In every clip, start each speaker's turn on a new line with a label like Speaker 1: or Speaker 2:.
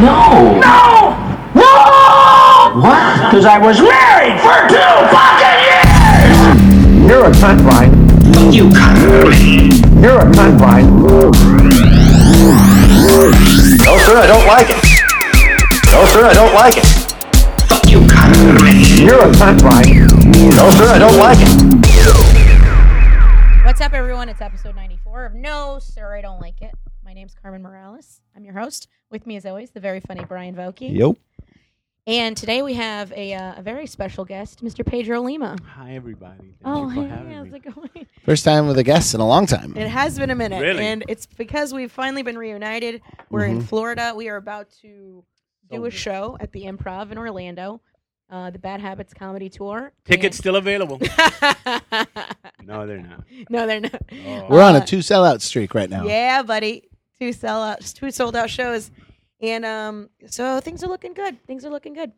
Speaker 1: No.
Speaker 2: No! No!
Speaker 1: What?
Speaker 2: Because I was married for two fucking years!
Speaker 3: You're a cunt, Brian.
Speaker 2: You cunt.
Speaker 3: You're a cunt, Brian.
Speaker 4: No, sir, I don't like it. No, sir, I don't like it.
Speaker 2: You cunt.
Speaker 3: You're a cunt, Brian.
Speaker 4: No, sir, I don't like it.
Speaker 5: What's up, everyone? It's episode 94 of No Sir, I Don't Like It. My name's Carmen Morales. I'm your host. With me, as always, the very funny Brian Vokey.
Speaker 6: Yep.
Speaker 5: And today we have a, uh, a very special guest, Mr. Pedro Lima.
Speaker 6: Hi, everybody. Thank
Speaker 5: Oh,
Speaker 6: you for having
Speaker 5: hey, how's
Speaker 6: me.
Speaker 5: it going?
Speaker 7: First time with a guest in a long time.
Speaker 5: It has been a minute.
Speaker 6: Really? Mm-hmm.
Speaker 5: And it's because we've finally been reunited. We're in Florida. We are about to do a show at the Improv in Orlando, uh, the Bad Habits Comedy Tour.
Speaker 8: Tickets still available.
Speaker 6: No, they're not.
Speaker 5: no, they're not.
Speaker 6: Oh.
Speaker 7: We're on a two sellout streak right now.
Speaker 5: Yeah, buddy. Two sell out, two sold out shows. And um, so things are looking good. Things are looking good.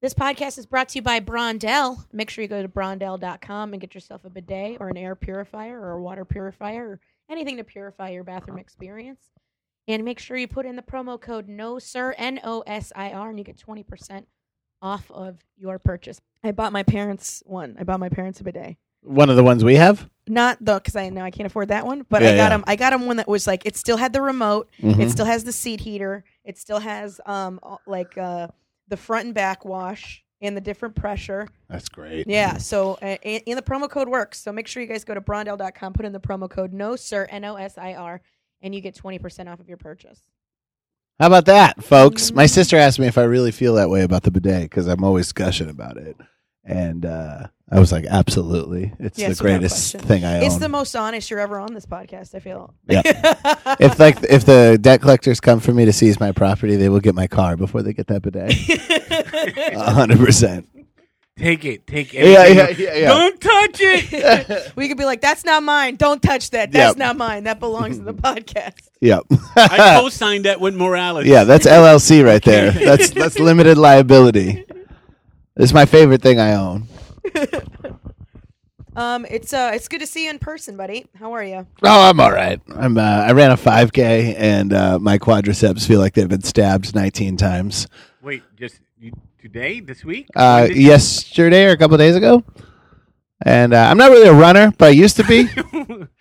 Speaker 5: This podcast is brought to you by Brondell. Make sure you go to brondell.com and get yourself a bidet or an air purifier or a water purifier or anything to purify your bathroom experience. And make sure you put in the promo code no sir N O S I R and you get 20% off of your purchase. I bought my parents one. I bought my parents a bidet
Speaker 7: One of the ones we have.
Speaker 5: not the because I know I can't afford that one, but I
Speaker 7: Yeah,
Speaker 5: got
Speaker 7: yeah.
Speaker 5: him. I got him one that was like it still had the remote, it
Speaker 7: Mhm.
Speaker 5: still has the seat heater, it still has um all- like uh the front and back wash and the different pressure.
Speaker 7: That's great.
Speaker 5: Yeah, so uh, and, and the promo code works. So make sure you guys go to brondell.com, put in the promo code no sir N O S I R, and you get twenty percent off of your purchase.
Speaker 7: How about that, folks?
Speaker 5: Mm-hmm.
Speaker 7: My sister asked me if I really feel that way about the bidet because I'm always gushing about it, and uh, I was like, "Absolutely, it's
Speaker 5: Yes,
Speaker 7: the
Speaker 5: without
Speaker 7: greatest
Speaker 5: question.
Speaker 7: thing I
Speaker 5: It's
Speaker 7: own."
Speaker 5: the most honest you're ever on this podcast. I feel.
Speaker 7: Yeah. if like if the debt collectors come for me to seize my property, they will get my car before they get that bidet. hundred percent.
Speaker 8: Take it. Take it.
Speaker 7: Yeah, yeah, yeah, yeah.
Speaker 8: Don't touch it.
Speaker 5: we could be like, that's not mine. Don't touch that. That's
Speaker 7: Yep.
Speaker 5: not mine. That belongs to the podcast.
Speaker 7: Yep.
Speaker 8: I co-signed that with Morales.
Speaker 7: Yeah, that's LLC right there. That's that's limited liability. It's my favorite thing I own.
Speaker 5: Um, it's uh, it's good to see you in person, buddy. How are you?
Speaker 7: Oh, I'm all right. I'm uh, I ran a 5K and uh, my quadriceps feel like they've been stabbed 19 times.
Speaker 8: Wait, just you, today, this week?
Speaker 7: Uh,
Speaker 8: When did you-
Speaker 7: yesterday or a couple days ago. And uh, I'm not really a runner, but I used to be.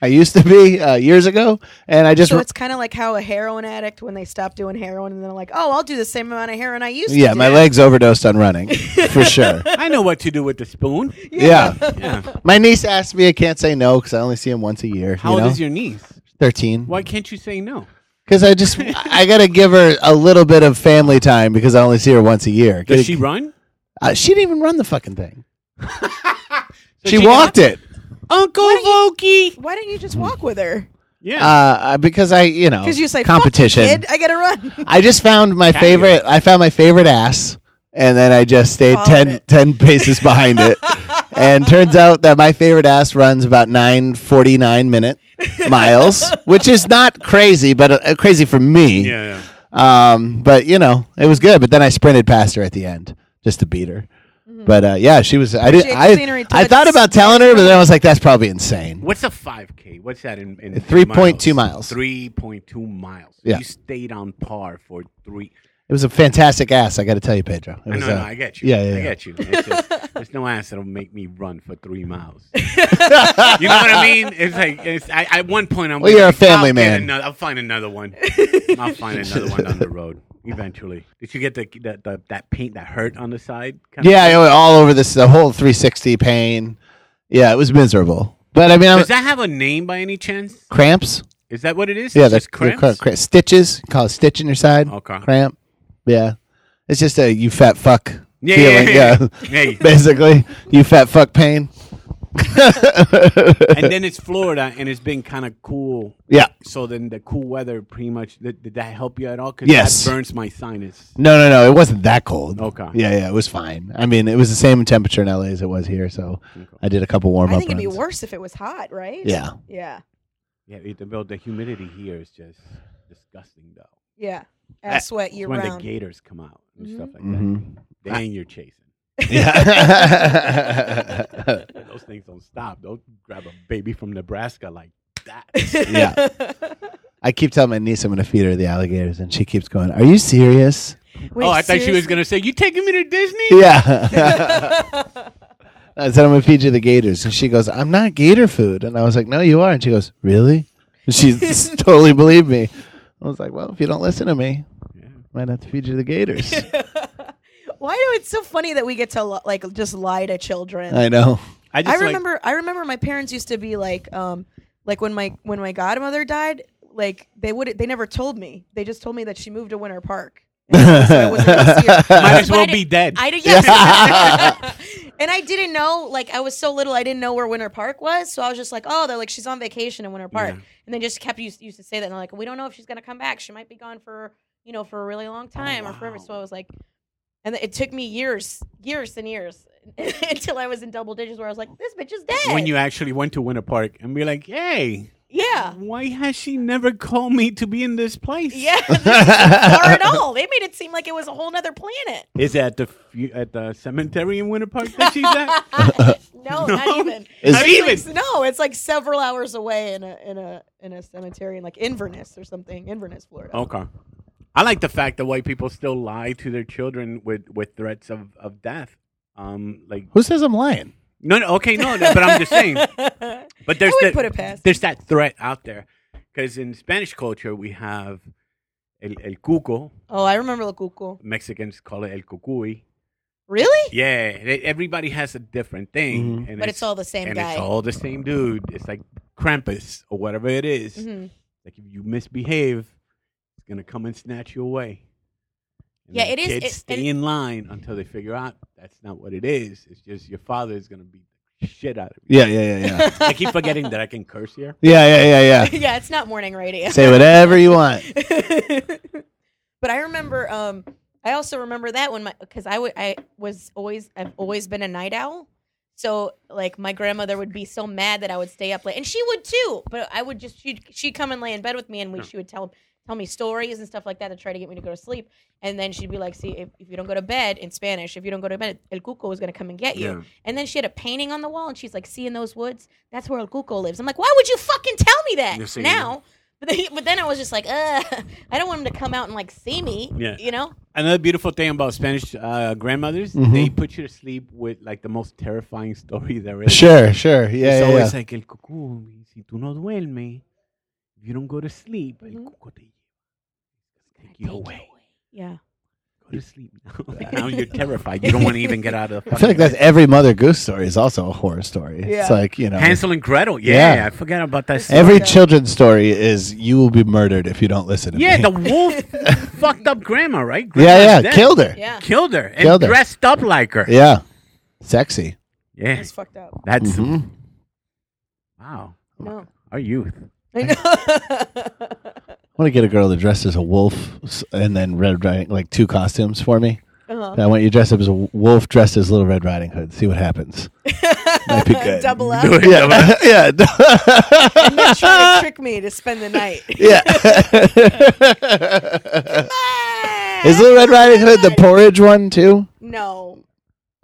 Speaker 7: I used to be uh, years ago, and I just
Speaker 5: So it's kind of like how a heroin addict when they stop doing heroin and they're like, oh, I'll do the same amount of heroin I used to.
Speaker 7: yeah,
Speaker 5: do."
Speaker 7: my legs overdosed on running for sure.
Speaker 8: I know what to do with the spoon.
Speaker 7: Yeah.
Speaker 8: Yeah.
Speaker 7: my niece asked me. I can't say no because I only see him once a year.
Speaker 8: How
Speaker 7: you
Speaker 8: old
Speaker 7: know?
Speaker 8: is your niece?
Speaker 7: 13.
Speaker 8: Why can't you say no?
Speaker 7: Because I just I gotta give her a little bit of family time because I only see her once a year.
Speaker 8: Does she run?
Speaker 7: Uh, she didn't even run the fucking thing.
Speaker 8: So
Speaker 7: she walked it
Speaker 8: Uncle Vokey.
Speaker 5: Why didn't you just walk with her?
Speaker 8: Yeah.
Speaker 7: uh, because I you know
Speaker 5: Because you say "Fuck you,
Speaker 7: competition.
Speaker 5: kid, I gotta run.
Speaker 7: I just found my
Speaker 8: Catnip.
Speaker 7: favorite. I found my favorite ass, and then I just stayed
Speaker 5: Followed
Speaker 7: 10,
Speaker 5: it.
Speaker 7: 10 paces behind it. And turns out that my favorite ass runs about nine forty nine minute miles, which is not crazy, but uh, crazy for me.
Speaker 8: yeah.
Speaker 7: Um, but you know, it was good. But then I sprinted past her at the end just to beat her. But uh, yeah, she was. I
Speaker 5: But
Speaker 7: did.
Speaker 5: you had seen her
Speaker 7: I,
Speaker 5: in
Speaker 7: I
Speaker 5: tux.
Speaker 7: thought about telling her, but then I was like, that's probably insane.
Speaker 8: What's a 5K? What's that in, in
Speaker 7: 3.2 miles.
Speaker 8: 3.2 miles.
Speaker 7: Yeah.
Speaker 8: You stayed on par for three.
Speaker 7: It was a fantastic ass. I got to tell you, Pedro. It
Speaker 8: I
Speaker 7: was,
Speaker 8: know, no,
Speaker 7: uh,
Speaker 8: I get you.
Speaker 7: Yeah, yeah.
Speaker 8: I
Speaker 7: yeah.
Speaker 8: get you. It's just, there's no ass that'll make me run for three miles. you know what I mean? It's like it's, I, at one point I'm.
Speaker 7: Well, you're a
Speaker 8: like,
Speaker 7: family
Speaker 8: I'll get
Speaker 7: man.
Speaker 8: Another, I'll find another one. I'll find another one on the road eventually. Did you get the, the, the that paint that hurt on the side? kind of
Speaker 7: Yeah,
Speaker 8: thing?
Speaker 7: I went all over this, the whole 360 pain. Yeah, it was miserable. But I mean, I'm,
Speaker 8: Does that have a name by any chance?
Speaker 7: cramps.
Speaker 8: Is that what it is?
Speaker 7: Yeah,
Speaker 8: It's
Speaker 7: that's
Speaker 8: just cramps.
Speaker 7: cramps. Stitches. You Call it stitch in your side.
Speaker 8: Okay.
Speaker 7: Cramp. Yeah. It's just a you fat fuck
Speaker 8: Yeah,
Speaker 7: feeling.
Speaker 8: yeah, yeah.
Speaker 7: yeah.
Speaker 8: yeah. yeah.
Speaker 7: Basically, you fat fuck pain.
Speaker 8: and then it's Florida, and it's been kind of cool.
Speaker 7: Yeah.
Speaker 8: So then the cool weather pretty much did, did that help you at all? 'Cause
Speaker 7: Yes.
Speaker 8: that burns my sinus.
Speaker 7: No, no, no. It wasn't that cold.
Speaker 8: Okay.
Speaker 7: Yeah, yeah. It was fine. I mean, it was the same temperature in LA as it was here, so I did a couple warm up.
Speaker 5: I think it'd be
Speaker 7: runs.
Speaker 5: worse if it was hot, right?
Speaker 7: Yeah.
Speaker 5: Yeah.
Speaker 8: Yeah, it, the, the humidity here is just disgusting, though.
Speaker 5: Yeah. Ass sweat
Speaker 8: It's
Speaker 5: year
Speaker 8: when the
Speaker 5: round.
Speaker 8: gators come out and stuff like
Speaker 7: Mhm.
Speaker 8: that. Dang, you're chasing.
Speaker 7: Yeah.
Speaker 8: Those things don't stop. Don't grab a baby from Nebraska like that.
Speaker 7: yeah. I keep telling my niece I'm going to feed her the alligators, and she keeps going, "Are you serious?"
Speaker 5: Wait,
Speaker 8: oh, I thought she was
Speaker 5: seriously?
Speaker 8: gonna say, "You taking me to Disney?"
Speaker 7: Yeah. I said, I'm going to feed you the gators. And she goes, I'm not gator food. And I was like, No, you are. And she goes, Really? And she s- totally believed me. I was like, Well, if you don't listen to me, might have to feed you the gators.
Speaker 5: Why do it's so funny that we get to li- like just lie to children?
Speaker 7: I know.
Speaker 8: I
Speaker 5: I
Speaker 8: just like-
Speaker 5: remember I remember my parents used to be like um like when my when my godmother died like they would they never told me they just told me that she moved to Winter Park. And so I wasn't gonna see her.
Speaker 8: might as
Speaker 5: But I
Speaker 8: well
Speaker 5: didn't-
Speaker 8: be dead.
Speaker 5: I did, yes. and I didn't know, like, I was so little, I didn't know where Winter Park was. So I was just like, oh, they're like, she's on vacation in Winter Park. And they just kept used, used to say that. And they're like, we don't know if she's going to come back. She might be gone for, you know, for a really long
Speaker 8: Oh,
Speaker 5: time or forever. So I was like, and it took me years, years and years until I was in double digits where I was like, this bitch is dead.
Speaker 8: when you actually went to Winter Park and be like, "Hey,
Speaker 5: yeah.
Speaker 8: why has she never called me to be in this place?"
Speaker 5: Yeah. Or at all. They made it seem like it was a whole nother planet.
Speaker 8: Is that the f- at the cemetery in Winter Park that she's at?
Speaker 5: No,
Speaker 8: No.
Speaker 5: not even.
Speaker 7: Is-
Speaker 8: Not
Speaker 5: It's like-
Speaker 8: even.
Speaker 5: no, it's like several hours away in a in a in a cemetery in like Inverness or something, Inverness, Florida.
Speaker 8: Okay. I like the fact that white people still lie to their children with, with threats of, of death. Um, like
Speaker 7: Who says I'm lying?
Speaker 8: no, no, okay, no, no, but I'm just saying. But there's
Speaker 5: would
Speaker 8: that-
Speaker 5: put it past
Speaker 8: there's that threat out there because in Spanish culture we have el, el cuco.
Speaker 5: Oh, I remember La Cucu.
Speaker 8: Mexicans call it el cucuy.
Speaker 5: Really?
Speaker 8: Yeah, they, everybody has a different thing, and
Speaker 5: But it's all the same
Speaker 8: and
Speaker 5: guy.
Speaker 8: it's all the same dude. It's like Krampus or whatever it is.
Speaker 5: Mhm.
Speaker 8: Like if you misbehave, it's gonna come and snatch you away. And
Speaker 5: Yeah,
Speaker 8: the
Speaker 5: it is-
Speaker 8: Kids
Speaker 5: it-
Speaker 8: stay
Speaker 5: and-
Speaker 8: in line until they figure out that's not what it is. It's just your father is gonna beat the shit out of you.
Speaker 7: Yeah, yeah, yeah, yeah.
Speaker 8: I keep forgetting that I can curse here.
Speaker 7: yeah, yeah, yeah, yeah.
Speaker 5: yeah, it's not morning radio.
Speaker 7: Say whatever you want.
Speaker 5: but I remember. Um, I also remember that when my because I would I was always I've always been a night owl. So like my grandmother would be so mad that I would stay up late, and she would too. But I would just she'd she'd come and lay in bed with me, and we, she would tell tell me stories and stuff like that to try to get me to go to sleep. And then she'd be like, "See, if, if you don't go to bed in Spanish, if you don't go to bed, el cuco is gonna come and get you."
Speaker 8: Yeah.
Speaker 5: And then she had a painting on the wall, and she's like, "See in those woods, that's where el cuco lives." I'm like, "Why would you fucking tell me that
Speaker 8: You're saying-
Speaker 5: now?" But then, but then I was just like, uh, I don't want him to come out and like see me.
Speaker 8: Yeah.
Speaker 5: You know?
Speaker 8: Another beautiful thing about Spanish uh, grandmothers,
Speaker 7: Mm-hmm.
Speaker 8: they put you to sleep with like the most terrifying story there is.
Speaker 7: Sure, sure. Yeah,
Speaker 8: it's
Speaker 7: yeah,
Speaker 8: always
Speaker 7: yeah.
Speaker 8: like el cucú, si tú no duermes, if you don't go to sleep, el
Speaker 5: Mm-hmm.
Speaker 8: cucú te lleva. Take you away.
Speaker 5: Yeah.
Speaker 8: Go to sleep now. now you're terrified. You don't want to even get out of the
Speaker 7: I feel like
Speaker 8: fucking
Speaker 7: that's every Mother Goose story is also a horror story.
Speaker 5: Yeah.
Speaker 7: It's like, you know.
Speaker 8: bed. Hansel and Gretel. Yeah,
Speaker 7: Yeah.
Speaker 8: I forgot about that. story.
Speaker 7: Every
Speaker 5: Yeah.
Speaker 7: children's story is you will be murdered if you don't listen to
Speaker 8: yeah,
Speaker 7: me.
Speaker 8: the wolf fucked up grandma, right?
Speaker 7: yeah, yeah,
Speaker 8: Grandma's dead.
Speaker 7: killed her.
Speaker 5: Yeah.
Speaker 8: Killed her. And
Speaker 7: Killed her.
Speaker 8: dressed up like her.
Speaker 7: Yeah. Sexy.
Speaker 8: Yeah.
Speaker 5: It's fucked up.
Speaker 8: That's
Speaker 7: Mhm.
Speaker 8: wow.
Speaker 7: Oh
Speaker 5: No.
Speaker 8: Our youth.
Speaker 5: I know.
Speaker 7: I want to get a girl that dressed as a wolf s- and then Red Riding, like two costumes for me.
Speaker 5: Uh-huh.
Speaker 7: And I want you dressed up as a w- wolf dressed as Little Red Riding Hood. See what happens. Might be good.
Speaker 5: Double up.
Speaker 7: Yeah. yeah.
Speaker 5: And they're trying to trick me to spend the night.
Speaker 7: yeah. is Little Red Riding Hood the porridge one too?
Speaker 5: No.
Speaker 7: Oh,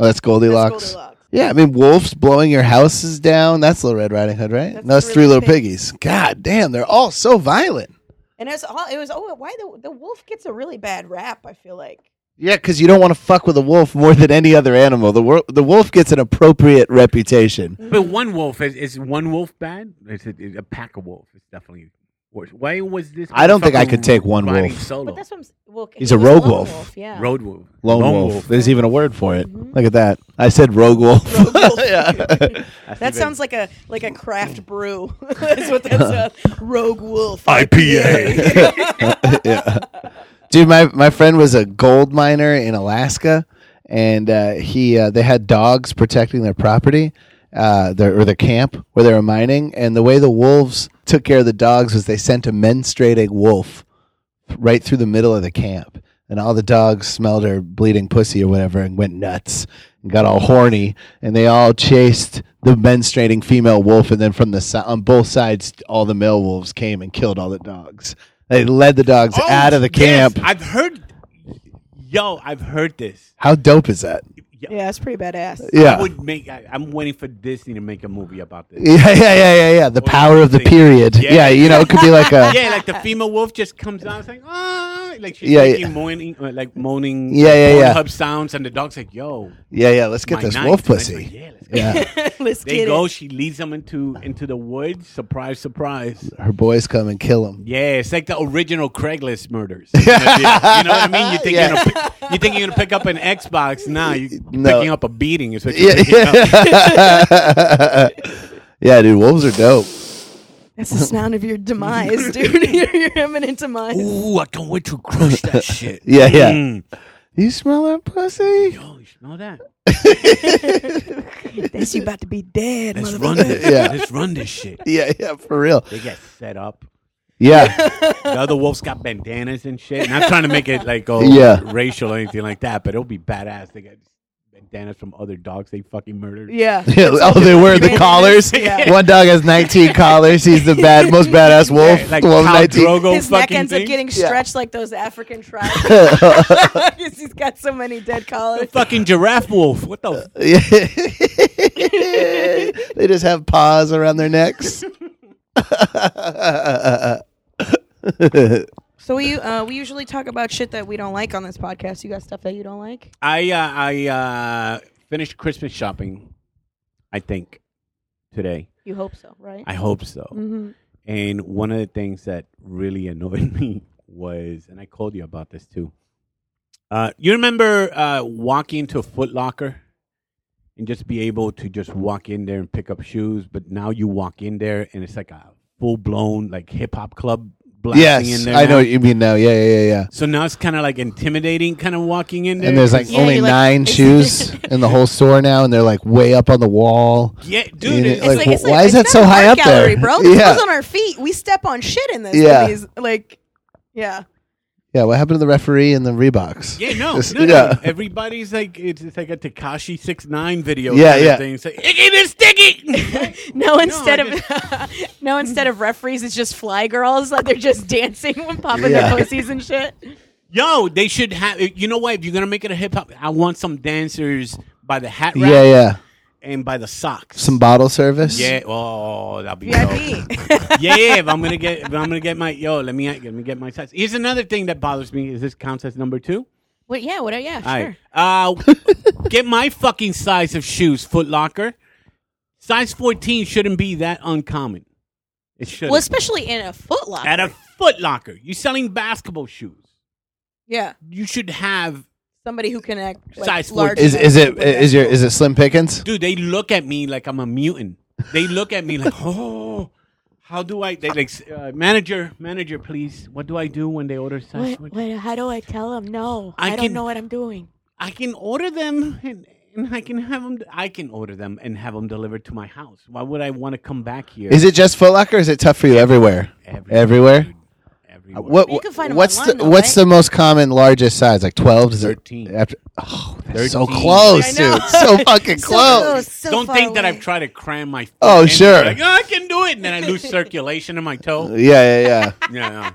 Speaker 7: that's
Speaker 5: That's
Speaker 7: Goldilocks.
Speaker 5: Goldilocks.
Speaker 7: Yeah, I mean, wolves blowing your houses down. That's Little Red Riding Hood, right?
Speaker 5: That's
Speaker 7: no, that's
Speaker 5: Three
Speaker 7: Three
Speaker 5: Little
Speaker 7: Little Piggies. God damn, they're all so violent.
Speaker 5: And it's all, it was, oh, why the, the wolf gets a really bad rap, I feel like.
Speaker 7: Yeah, because you don't want to fuck with a wolf more than any other animal. The, wor- the wolf gets an appropriate reputation.
Speaker 5: Mm.
Speaker 8: But one wolf is, is one wolf bad? Is it is a pack of wolves? It's definitely worse. Why was this?
Speaker 7: I don't think I
Speaker 8: motherfucker
Speaker 7: could take one
Speaker 8: riding
Speaker 7: wolf.
Speaker 8: Solo?
Speaker 5: But that's what I'm s- well,
Speaker 7: He's
Speaker 5: he
Speaker 7: a
Speaker 5: was
Speaker 7: rogue
Speaker 5: lone
Speaker 7: wolf.
Speaker 5: Yeah.
Speaker 8: Road wolf.
Speaker 7: Lone, wolf. There's even a word for it.
Speaker 5: Mm-hmm.
Speaker 7: Look at that. I said rogue wolf. yeah.
Speaker 5: That sounds like a like a craft brew. That's what that sounds. Rogue wolf.
Speaker 8: IPA.
Speaker 7: Dude, my, my friend was a gold miner in Alaska, and uh, he uh, they had dogs protecting their property, uh, their, or their camp where they were mining. And the way the wolves took care of the dogs was they sent a menstruating wolf right through the middle of the camp. And all the dogs smelled her bleeding pussy or whatever and went nuts and got all horny. And they all chased the menstruating female wolf. And then from the si- on both sides, all the male wolves came and killed all the dogs. They led the dogs out of the
Speaker 8: Oh, yes,
Speaker 7: camp.
Speaker 8: I've heard. Yo, I've heard this.
Speaker 7: How dope is that?
Speaker 8: Yeah.
Speaker 5: Yeah, it's pretty badass.
Speaker 7: Yeah.
Speaker 8: I would make. I, I'm waiting for Disney to make a movie about this.
Speaker 7: Yeah, yeah, yeah, yeah, yeah. The
Speaker 8: Or
Speaker 7: power of the
Speaker 8: something.
Speaker 7: period. Yeah.
Speaker 8: Yeah.
Speaker 7: you know, it could be like a
Speaker 8: yeah, like the female wolf just comes out saying, ah, like she's
Speaker 7: Yeah,
Speaker 8: making
Speaker 7: yeah.
Speaker 8: moaning, uh, like moaning,
Speaker 7: Yeah, yeah, yeah.
Speaker 8: Hub sounds, and the dog's like, yo,
Speaker 7: yeah, yeah. Let's get
Speaker 8: my
Speaker 7: this
Speaker 8: night
Speaker 7: wolf
Speaker 8: tonight's
Speaker 7: pussy.
Speaker 8: like, yeah, let's go.
Speaker 7: Yeah,
Speaker 5: Let's
Speaker 8: They
Speaker 5: get
Speaker 8: go.
Speaker 5: it.
Speaker 8: She leads them into into the woods. Surprise, surprise.
Speaker 7: her boys come and kill him.
Speaker 8: Yeah, it's like the original Craigslist murders. you know what I mean? You think
Speaker 7: Yeah.
Speaker 8: you're gonna pick, you think you're gonna pick up an Xbox? Nah, you're
Speaker 7: No.
Speaker 8: picking up a beating. Is what you're
Speaker 7: Yeah,
Speaker 8: picking up.
Speaker 7: yeah. yeah, dude. Wolves are dope.
Speaker 5: That's the sound of your demise, dude. your, your imminent demise.
Speaker 8: Ooh, I can't wait to crush that shit.
Speaker 7: Yeah, yeah.
Speaker 8: Mm.
Speaker 7: You smell that pussy?
Speaker 8: Yo, you smell that?
Speaker 5: That's you about to be dead,
Speaker 8: Let's
Speaker 5: motherfucker.
Speaker 8: run this.
Speaker 7: Yeah.
Speaker 8: Let's run this shit.
Speaker 7: Yeah, yeah, for real.
Speaker 8: They get set up.
Speaker 7: Yeah,
Speaker 8: The other wolves got bandanas and shit. Not trying to make it like oh
Speaker 7: Yeah.
Speaker 8: racial or anything like that, but it'll be badass. They got bandanas from other dogs they fucking murdered.
Speaker 5: Yeah.
Speaker 7: oh, they wear the collars.
Speaker 5: Yeah.
Speaker 7: One dog has 19 collars. He's the bad, most badass wolf.
Speaker 8: Yeah, like
Speaker 7: Wolf
Speaker 8: Khal
Speaker 7: 19.
Speaker 8: Drogo
Speaker 5: His neck
Speaker 8: fucking
Speaker 5: ends up
Speaker 8: thing.
Speaker 5: getting
Speaker 7: Yeah.
Speaker 5: stretched like those African tribes. 'Cause he's got so many dead
Speaker 8: The
Speaker 5: collars.
Speaker 8: fucking giraffe wolf. What the? F-
Speaker 7: Yeah. they just have paws around their necks.
Speaker 5: So we uh, we usually talk about shit that we don't like on this podcast. You got stuff that you don't like?
Speaker 8: I uh, I uh, finished Christmas shopping. I think today.
Speaker 5: You hope so, right?
Speaker 8: I hope so.
Speaker 5: Mhm.
Speaker 8: And one of the things that really annoyed me was, and I called you about this too. Uh, you remember uh, walking to a Foot Locker and just be able to just walk in there and pick up shoes, but now you walk in there and it's like a full blown like hip hop club blasting in
Speaker 7: yes,
Speaker 8: there.
Speaker 7: I know
Speaker 8: now.
Speaker 7: what you mean now. Yeah, yeah, yeah, yeah.
Speaker 8: So now it's kind of like intimidating, kind of walking in there.
Speaker 7: And there's like
Speaker 5: Yeah,
Speaker 7: only
Speaker 5: you're like-
Speaker 7: nine shoes in the whole store now, and they're like way up on the wall.
Speaker 8: yeah, dude,
Speaker 7: And it- like,
Speaker 8: it's,
Speaker 7: why is that
Speaker 5: not
Speaker 7: so
Speaker 5: an
Speaker 7: high
Speaker 5: art
Speaker 7: up
Speaker 5: gallery,
Speaker 7: there?
Speaker 5: bro? This
Speaker 7: Yeah,
Speaker 5: goes on our feet. We step on shit in this.
Speaker 7: Yeah.
Speaker 5: Yeah. like, yeah.
Speaker 7: yeah. What happened to the referee and the Reeboks?
Speaker 8: Yeah, no,
Speaker 7: Just-
Speaker 8: no, no.
Speaker 7: yeah.
Speaker 8: Everybody's like, it's, it's like a Takashi six nine video.
Speaker 7: Yeah,
Speaker 8: kind of
Speaker 7: yeah.
Speaker 8: Thing. It's like, Iggy the Sticky.
Speaker 5: No, instead
Speaker 8: I
Speaker 5: of no, instead of referees, it's just fly girls. Like they're just dancing and popping
Speaker 7: Yeah.
Speaker 5: their pussies and shit.
Speaker 8: Yo, they should have. You know what? If you're gonna make it a hip hop, I want some dancers by the hat rack
Speaker 7: yeah, yeah.
Speaker 8: and by the socks.
Speaker 7: Some bottle service.
Speaker 8: yeah. Oh, that'll be dope.
Speaker 5: VIP.
Speaker 8: yeah, yeah. If I'm gonna get, if I'm gonna get my yo, let me let me get my size. Here's another thing that bothers me. Is this counts as number two?
Speaker 5: Well, yeah. What? Yeah. Sure.
Speaker 8: All right. Uh, get my fucking size of shoes, Foot Locker. Size 14 shouldn't be that uncommon. It should.
Speaker 5: Well, especially in a Foot Locker.
Speaker 8: At a Foot Locker, you're selling basketball shoes.
Speaker 5: yeah,
Speaker 8: You should have.
Speaker 5: somebody who can act like,
Speaker 8: Size
Speaker 5: large.
Speaker 8: 14.
Speaker 7: Is is it is your is it Slim Pickens?
Speaker 8: Dude, they look at me like I'm a mutant. They look at me like, oh, how do I? They like, uh, manager, manager, please. What do I do when they order size?
Speaker 5: What,
Speaker 8: 14?
Speaker 5: what, how do I tell them no?
Speaker 8: I
Speaker 5: I,
Speaker 8: can-
Speaker 5: don't know what I'm doing.
Speaker 8: I can order them and, and I can have them. I can order them and have them delivered to my house. Why would I want to come back here?
Speaker 7: Is it just Foot Locker? Or is it tough for you everywhere?
Speaker 8: Everywhere,
Speaker 7: Everywhere? Uh,
Speaker 8: dude. Everywhere.
Speaker 7: What
Speaker 5: You can find 'em
Speaker 7: what's
Speaker 5: online,
Speaker 7: the
Speaker 5: though,
Speaker 7: what's
Speaker 5: right?
Speaker 7: the most common largest size? Like twelve? Is it-
Speaker 8: 13.
Speaker 7: After, oh, that's so
Speaker 8: 13.
Speaker 7: close,
Speaker 5: I know.
Speaker 7: dude. So fucking close.
Speaker 5: so
Speaker 8: Don't
Speaker 5: far
Speaker 8: think that
Speaker 5: away.
Speaker 8: I've tried to cram my. foot
Speaker 7: Oh,
Speaker 8: in there,
Speaker 7: sure.
Speaker 8: Like, oh, I can do it, and then I lose circulation in my toe.
Speaker 7: Yeah, yeah, yeah.
Speaker 8: Yeah,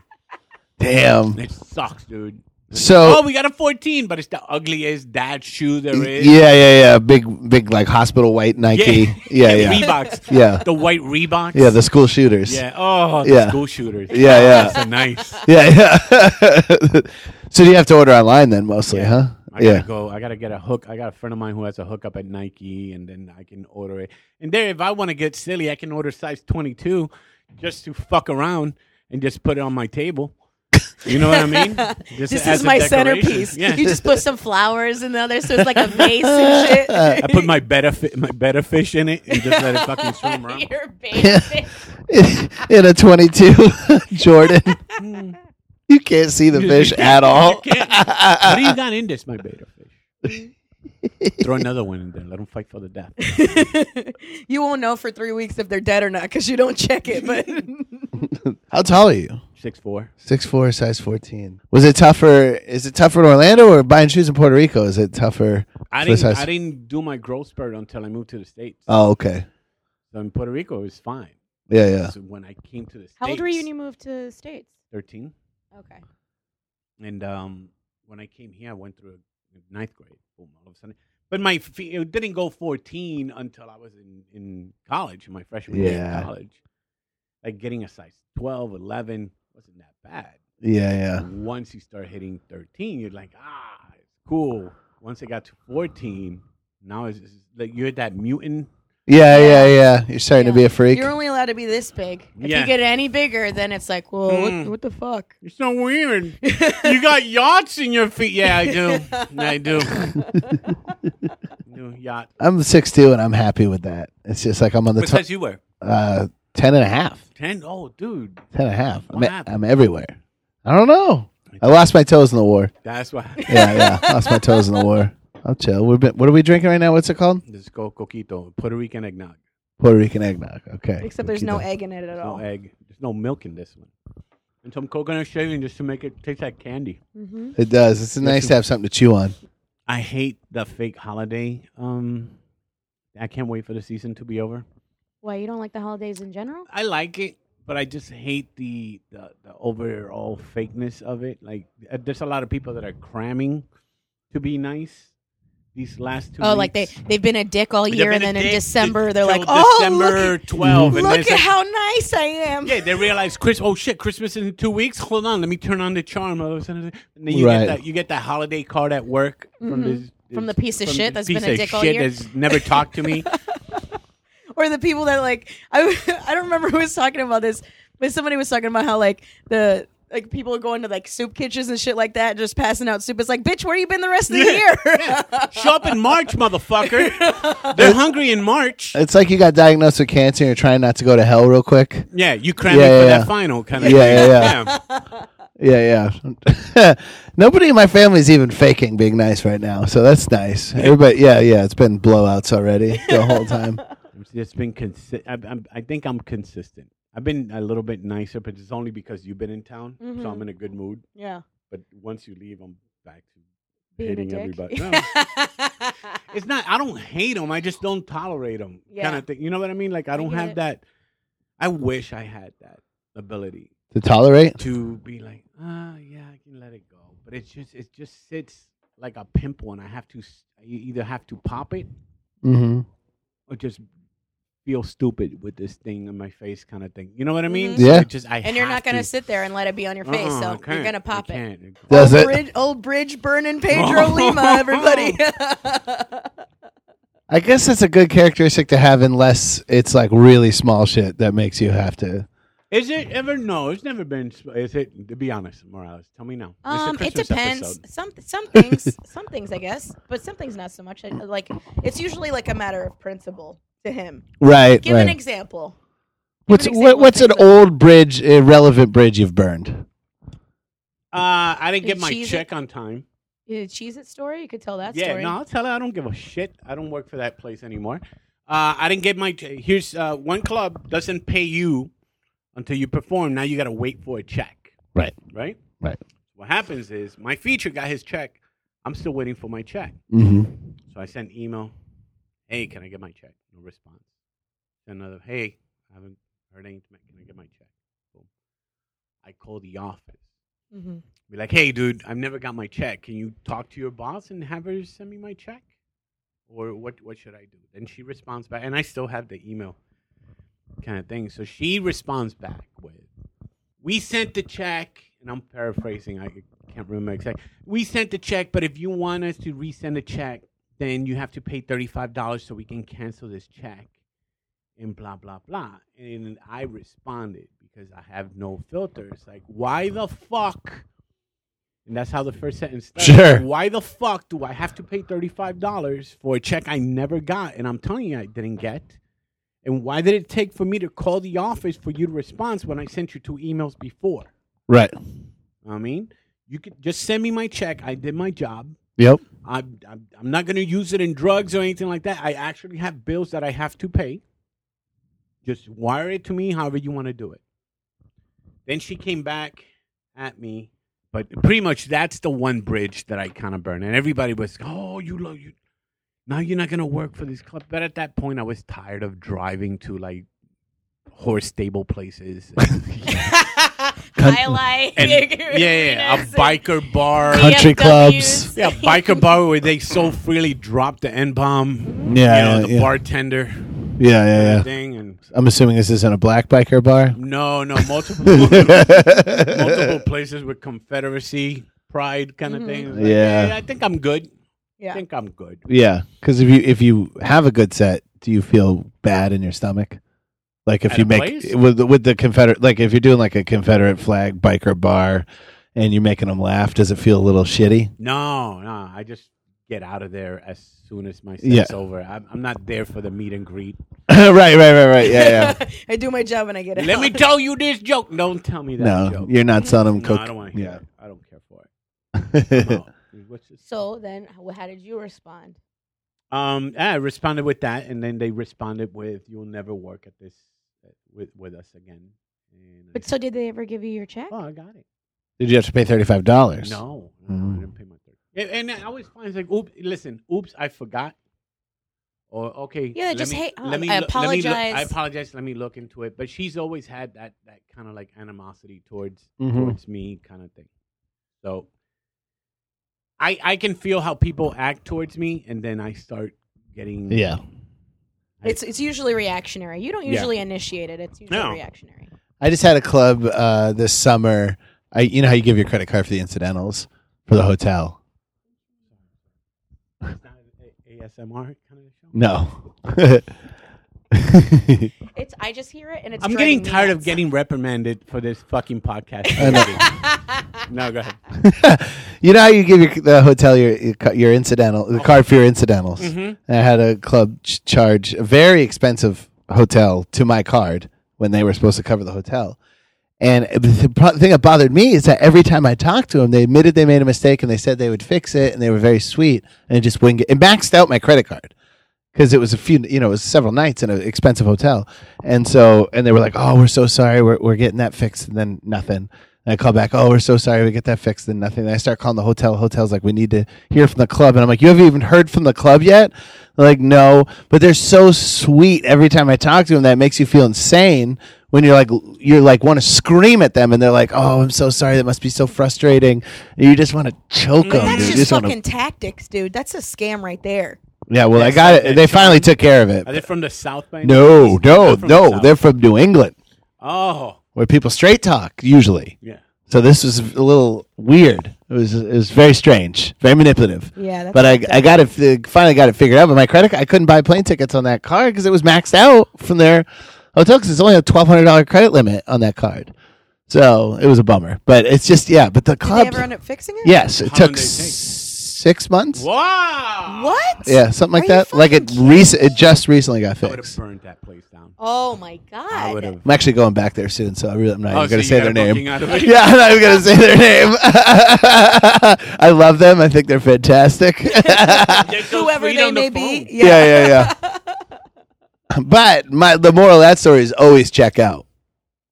Speaker 7: Damn.
Speaker 8: yeah. it sucks, dude.
Speaker 7: So
Speaker 8: oh, we got a 14, but it's the ugliest dad shoe there is.
Speaker 7: yeah, yeah, yeah. Big, big, like hospital white Nike. Yeah, yeah, yeah.
Speaker 8: Reeboks.
Speaker 7: Yeah.
Speaker 8: the white Reeboks.
Speaker 7: the school shooters.
Speaker 8: yeah. Oh, the
Speaker 7: Yeah.
Speaker 8: school shooters.
Speaker 7: Yeah, yeah.
Speaker 8: That's a nice.
Speaker 7: yeah, yeah. so do you have to order online then, mostly,
Speaker 8: Yeah.
Speaker 7: huh?
Speaker 8: I gotta
Speaker 7: yeah,
Speaker 8: go. I gotta get a hook. I got a friend of mine who has a hookup at Nike, and then I can order it. And there, if I want to get silly, I can order size twenty two, just to fuck around and just put it on my table. You know what I mean? Just
Speaker 5: This
Speaker 8: as
Speaker 5: is
Speaker 8: a
Speaker 5: my
Speaker 8: decoration.
Speaker 5: centerpiece.
Speaker 8: Yeah,
Speaker 5: You just put some flowers in there, so it's like a vase and shit.
Speaker 8: I put my betta fi- my betta fish in it and just let it fucking swim around.
Speaker 5: You're basic.
Speaker 7: in a twenty-two, Jordan. you can't see the fish at all.
Speaker 8: What do you got in this, my betta fish? Throw another one in there. Let them fight for the death.
Speaker 5: you won't know for three weeks if they're dead or not because you don't check it. But
Speaker 7: How tall are you?
Speaker 8: Six four.
Speaker 7: Six four, size fourteen. Was it tougher? Is it tougher in Orlando or buying shoes in Puerto Rico? Is it tougher?
Speaker 8: I
Speaker 7: for
Speaker 8: didn't.
Speaker 7: size-
Speaker 8: I didn't do my growth spurt until I moved to the states.
Speaker 7: Oh, okay.
Speaker 8: So in Puerto Rico, it was fine.
Speaker 7: Yeah, yeah.
Speaker 8: So when I came to the states,
Speaker 5: how old were you when you moved to the states?
Speaker 8: Thirteen.
Speaker 5: Okay.
Speaker 8: And um, when I came here, I went through ninth grade. Boom! All of a sudden, But my f- it didn't go 14 until I was in, in college, my freshman year
Speaker 7: Yeah.
Speaker 8: in college. Like getting a size 12, 11 wasn't that bad.
Speaker 7: Yeah, yeah.
Speaker 8: Once you start hitting 13, you're like, ah, it's cool. Once I got to 14, now it's, it's like you're that mutant.
Speaker 7: Yeah, yeah, yeah. You're starting to be a freak.
Speaker 5: You're only allowed to be this big. If
Speaker 8: Yeah.
Speaker 5: you get any bigger, then it's like, well,
Speaker 8: Mm.
Speaker 5: what, what the fuck?
Speaker 8: You're so weird. you got yachts in your feet. Yeah, I do. I do. New yacht.
Speaker 7: I'm 6'2 and I'm happy with that. It's just like I'm on the
Speaker 8: What
Speaker 7: top
Speaker 8: size you were?
Speaker 7: uh, 10 and a half.
Speaker 8: 10? Oh, dude.
Speaker 7: 10 and a half. I'm,
Speaker 8: What
Speaker 7: e-
Speaker 8: happened?
Speaker 7: I'm everywhere. I don't know. I lost my toes in the war.
Speaker 8: That's why.
Speaker 7: Yeah, yeah. lost my toes in the war. I'll chill. We're been, what are we drinking right now? What's it called?
Speaker 8: This is co- coquito, Puerto Rican eggnog.
Speaker 7: Puerto Rican eggnog. Okay.
Speaker 5: Except there's no
Speaker 7: Okey-doke.
Speaker 5: egg in it at
Speaker 8: No
Speaker 5: all.
Speaker 8: egg. There's no milk in this one. And some coconut shaving just to make it taste like candy.
Speaker 5: Mm-hmm.
Speaker 7: It does. It's nice to have something to chew on.
Speaker 8: I hate the fake holiday. Um, I can't wait for the season to be over.
Speaker 5: Why you don't like the holidays in general?
Speaker 8: I like it, but I just hate the the, the overall fakeness of it. Like, uh, there's a lot of people that are cramming to be nice. These last two.
Speaker 5: Oh, like they
Speaker 8: weeks.
Speaker 5: they've been a dick all
Speaker 8: They've
Speaker 5: year, and
Speaker 8: been a
Speaker 5: then
Speaker 8: dick
Speaker 5: in December they're
Speaker 8: till
Speaker 5: like, oh,
Speaker 8: December
Speaker 5: look,
Speaker 8: 12. and then
Speaker 5: look
Speaker 8: it's
Speaker 5: at
Speaker 8: like-
Speaker 5: how nice I am.
Speaker 8: Yeah, they realize Chris. Oh shit, Christmas is in two weeks. Hold on, let me turn on the charm. All of a sudden, and then you
Speaker 7: Right.
Speaker 8: get that you get that holiday card at work
Speaker 5: Mhm.
Speaker 8: from this,
Speaker 5: From
Speaker 8: this-
Speaker 5: the piece of
Speaker 8: from
Speaker 5: shit that's
Speaker 8: this
Speaker 5: been
Speaker 8: piece
Speaker 5: a
Speaker 8: of
Speaker 5: dick all
Speaker 8: shit
Speaker 5: year.
Speaker 8: That's never talked to me.
Speaker 5: or the people that like I I don't remember who was talking about this, but somebody was talking about how like the like people are going to like soup kitchens and shit like that, just passing out soup. It's like, bitch, where you been the rest of the year?
Speaker 8: Show up in March, motherfucker. They're hungry in March.
Speaker 7: It's like you got diagnosed with cancer and you're trying not to go to hell real quick.
Speaker 8: Yeah, you cramming
Speaker 7: Yeah,
Speaker 8: for
Speaker 7: yeah, yeah.
Speaker 8: that final kind of
Speaker 7: Yeah,
Speaker 8: thing.
Speaker 7: yeah, yeah. Yeah, yeah. Nobody in my family's even faking being nice right now, so that's nice. Everybody, yeah, yeah. It's been blowouts already the whole time.
Speaker 8: It's just been consi- I, I'm, I think I'm consistent. I've been a little bit nicer, but it's only because you've been in town, so
Speaker 5: Mm-hmm.
Speaker 8: I'm in a good mood.
Speaker 5: yeah,
Speaker 8: But once you leave, I'm back to
Speaker 5: being
Speaker 8: hating
Speaker 5: a dick.
Speaker 8: everybody. No. it's not i don't hate them i just don't tolerate them kind
Speaker 5: Yeah.
Speaker 8: of thing you know what i mean like i don't
Speaker 5: get
Speaker 8: have
Speaker 5: it.
Speaker 8: that i wish i had that ability
Speaker 7: To tolerate?
Speaker 8: to be like ah yeah i can let it go but it's just it just sits like a pimple and i have to s- you either have to pop it
Speaker 7: Mm-hmm.
Speaker 8: or just feel stupid with this thing in my face kind of thing you know what i mean
Speaker 5: Mhm.
Speaker 8: So
Speaker 7: Yeah.
Speaker 8: it just, I
Speaker 5: and you're
Speaker 8: have
Speaker 5: not gonna
Speaker 8: to.
Speaker 5: sit there and let it be on your face,
Speaker 8: Uh-uh, I
Speaker 5: so you're
Speaker 8: can't.
Speaker 5: gonna
Speaker 8: I
Speaker 5: pop it.
Speaker 8: can't. Oh.
Speaker 7: Does
Speaker 5: old
Speaker 7: it?
Speaker 5: Bridge, old bridge burning Pedro Lima, everybody.
Speaker 7: I guess that's a good characteristic to have, unless it's like really small shit that makes you have to.
Speaker 8: Is it ever? No, it's never been. sp- Is it? To be honest, Morales, tell me now. It's a
Speaker 5: Um, it
Speaker 8: Christmas
Speaker 5: depends.
Speaker 8: episode.
Speaker 5: Some some things, some things, I guess, but some things not so much. I, like it's usually like a matter of principle to him.
Speaker 7: Right.
Speaker 5: Give an
Speaker 7: right.
Speaker 5: example.
Speaker 7: what's
Speaker 5: example
Speaker 7: what,
Speaker 5: of
Speaker 7: what's an
Speaker 5: things
Speaker 7: old bridge, irrelevant bridge you've burned?
Speaker 8: Uh, I didn't
Speaker 5: Did
Speaker 8: get my
Speaker 5: Cheez-It-
Speaker 8: check on time.
Speaker 5: Yeah, Cheese It story? You could tell that
Speaker 8: yeah,
Speaker 5: story.
Speaker 8: no, I'll tell her I don't give a shit. I don't work for that place anymore. Uh, I didn't get my. Here's uh, one club doesn't pay you until you perform. Now you got to wait for a check,
Speaker 7: Right.
Speaker 8: right?
Speaker 7: Right.
Speaker 8: What happens is my feature got his check. I'm still waiting for my check.
Speaker 7: Mm-hmm.
Speaker 8: So I sent email. Hey, can I get my check? No response. Send another. Hey, I haven't heard anything. Can I get my check? Boom. I call the office.
Speaker 5: Mhm.
Speaker 8: Be like, hey, dude, I've never got my check. Can you talk to your boss and have her send me my check? Or what, what should I do? And she responds back. And I still have the email kind of thing. So she responds back with, we sent the check. And I'm paraphrasing. I can't remember exactly. We sent the check, but if you want us to resend a check, then you have to pay $35 so we can cancel this check and blah blah blah. And I responded because I have no filter. It's like, why the fuck? And that's how the first sentence starts.
Speaker 7: Sure.
Speaker 8: Why the fuck do I have to pay thirty-five dollars for a check I never got and I'm telling you I didn't get? And why did it take for me to call the office for you to respond when I sent you two emails before?
Speaker 7: Right.
Speaker 8: I mean, you could just send me my check. I did my job.
Speaker 7: Yep.
Speaker 8: I'm, I'm, I'm not going to use it in drugs or anything like that. I actually have bills that I have to pay. Just wire it to me however you want to do it. Then she came back at me, but pretty much that's the one bridge that I kind of burned. And everybody was, oh, you love you. Now you're not going to work for this club. But at that point, I was tired of driving to like horse stable places.
Speaker 7: Cunt-
Speaker 5: highlight.
Speaker 8: And, yeah, yeah, a biker bar.
Speaker 7: Cunt- Country clubs.
Speaker 8: Yeah, biker bar where they so freely drop the N bomb.
Speaker 7: Yeah,
Speaker 8: You know, the
Speaker 7: yeah.
Speaker 8: bartender
Speaker 7: Yeah, yeah, yeah.
Speaker 8: thing. And
Speaker 7: I'm assuming this isn't a black biker bar.
Speaker 8: no, no, multiple multiple places with Confederacy pride kind of thing. It's like,
Speaker 7: Yeah.
Speaker 8: I think I'm good. I
Speaker 5: Mm-hmm. Yeah.
Speaker 8: think I'm good.
Speaker 7: Yeah, because if you if you have a good set, do you feel bad in your stomach? Like if
Speaker 8: At
Speaker 7: you
Speaker 8: a
Speaker 7: make
Speaker 8: place?
Speaker 7: with the- with the Confederate, like if you're doing like a Confederate flag biker bar, and you're making them laugh, does it feel a little shitty?
Speaker 8: No, no, I just get out of there as soon as my set's
Speaker 7: Yeah.
Speaker 8: over. I'm, I'm not there for the meet and greet.
Speaker 7: right, right, right, right. Yeah, yeah.
Speaker 5: I do my job and I get it.
Speaker 8: Let me tell you this joke. Don't tell me that
Speaker 7: no,
Speaker 8: joke.
Speaker 7: you're not selling them
Speaker 8: No,
Speaker 7: cook.
Speaker 8: I don't want to hear
Speaker 7: yeah.
Speaker 8: it. I don't care for it. No.
Speaker 7: yeah,
Speaker 8: What's this?
Speaker 5: So then, how, how did you respond?
Speaker 8: Um, I responded with that, and then they responded with, "You'll never work at this with with us again." And I
Speaker 5: But so, did they ever give you your check?
Speaker 8: said, oh, I got it.
Speaker 7: Did you have to pay thirty five dollars?
Speaker 8: No,
Speaker 7: Mm.
Speaker 8: no I didn't pay my third. And, and I always find it's like, "Oops, listen, oops, I forgot." Or okay,
Speaker 5: Yeah,
Speaker 8: let
Speaker 5: just,
Speaker 8: me,
Speaker 5: "Hey, oh,
Speaker 8: let me
Speaker 5: I
Speaker 8: loo- let me loo- I
Speaker 5: apologize."
Speaker 8: apologize. Let me look into it. But she's always had that that kind of like animosity towards
Speaker 7: Mhm.
Speaker 8: towards me kind of thing. So I I can feel how people act towards me, and then I start getting
Speaker 7: Yeah.
Speaker 5: It's it's usually reactionary. You don't
Speaker 8: Yeah.
Speaker 5: usually initiate it. It's usually
Speaker 8: No.
Speaker 5: reactionary.
Speaker 7: I just had a club uh, this summer. I, you know how you give your credit card for the incidentals for the hotel?
Speaker 8: It's not an A- ASMR kind of show.
Speaker 7: No.
Speaker 5: It's I just hear it and it's.
Speaker 8: I'm
Speaker 5: driving
Speaker 8: getting
Speaker 5: me
Speaker 8: tired of
Speaker 5: nuts.
Speaker 8: getting reprimanded for this fucking podcast. no, go ahead.
Speaker 7: you know how you give your the hotel your your ca- your incidental the card for your incidentals. I had a club ch- charge a very expensive hotel to my card when they were supposed to cover the hotel. And the pro- thing that bothered me is that every time I talked to them, they admitted they made a mistake and they said they would fix it, and they were very sweet. And it just wouldn't get. It maxed out my credit card because it was a few, you know, it was several nights in an expensive hotel, and so and they were like, "Oh, we're so sorry, we're we're getting that fixed," and then nothing. And I call back, "Oh, we're so sorry, we get that fixed," and nothing. And I start calling the hotel. Hotels like, "We need to hear from the club," and I'm like, "You haven't even heard from the club yet?" They're like, "No," but they're so sweet. Every time I talk to them, that makes you feel insane when you're like you're like want to scream at them, and they're like, "Oh, I'm so sorry, that must be so frustrating." And you just want to choke them.
Speaker 5: That's
Speaker 7: dude. You
Speaker 5: just
Speaker 7: wanna-
Speaker 5: fucking tactics, dude. That's a scam right there.
Speaker 7: yeah. Well, I got
Speaker 8: that
Speaker 7: it. They finally took care of it.
Speaker 8: Are they from the South Bank?
Speaker 7: No, no,
Speaker 8: They're from the
Speaker 7: no.
Speaker 8: South.
Speaker 7: They're from New England,
Speaker 8: oh
Speaker 7: where people straight talk usually.
Speaker 8: yeah.
Speaker 7: So this was a little weird. It was it was very strange, very manipulative.
Speaker 5: Yeah, that's
Speaker 7: but I,
Speaker 5: fucked
Speaker 7: I got it fi- finally got it figured out. But my credit, card- I couldn't buy plane tickets on that card because it was maxed out from their hotel because it's only a twelve hundred dollar credit limit on that card. So it was a bummer. But it's just yeah. But the
Speaker 5: Did they
Speaker 7: club,
Speaker 5: ever end up fixing it?
Speaker 7: yes, it
Speaker 8: How long
Speaker 7: took
Speaker 8: did it take?
Speaker 7: s- six months.
Speaker 8: Wow.
Speaker 5: What?
Speaker 7: Yeah, something like
Speaker 5: Are you
Speaker 7: that. Like it
Speaker 5: fucking
Speaker 7: recent, it just recently got
Speaker 8: I would have
Speaker 7: fixed.
Speaker 8: burned that place down.
Speaker 5: Oh my
Speaker 8: I Oh, would
Speaker 5: god.
Speaker 8: have.
Speaker 7: I'm actually going back there soon, so I really, I'm not even going to say their name.
Speaker 8: Out of it.
Speaker 7: Yeah, I'm not even gonna say their name. I love them. I think they're fantastic. yeah,
Speaker 8: Get those
Speaker 5: Whoever
Speaker 8: feet
Speaker 5: they
Speaker 8: on
Speaker 5: may
Speaker 8: the phone.
Speaker 5: be.
Speaker 7: yeah, yeah. But my the moral of that story is always check out.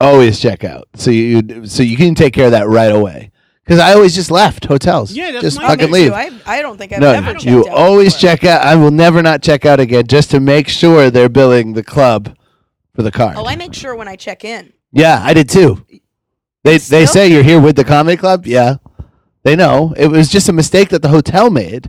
Speaker 7: Always check out. So you you- so you can take care of that right away. Because I always just left hotels.
Speaker 8: Yeah, that's
Speaker 7: just
Speaker 8: mine.
Speaker 7: fucking
Speaker 5: Me too.
Speaker 7: leave.
Speaker 5: I, I don't think I've ever
Speaker 7: No,
Speaker 5: checked
Speaker 7: you
Speaker 5: out
Speaker 7: always
Speaker 5: before.
Speaker 7: check out. I will never not check out again, just to make sure they're billing the club for the card.
Speaker 5: Oh, I make sure when I check in.
Speaker 7: Yeah, I did too. They they
Speaker 5: Still?
Speaker 7: say you're here with the comedy club. Yeah, they know it was just a mistake that the hotel made,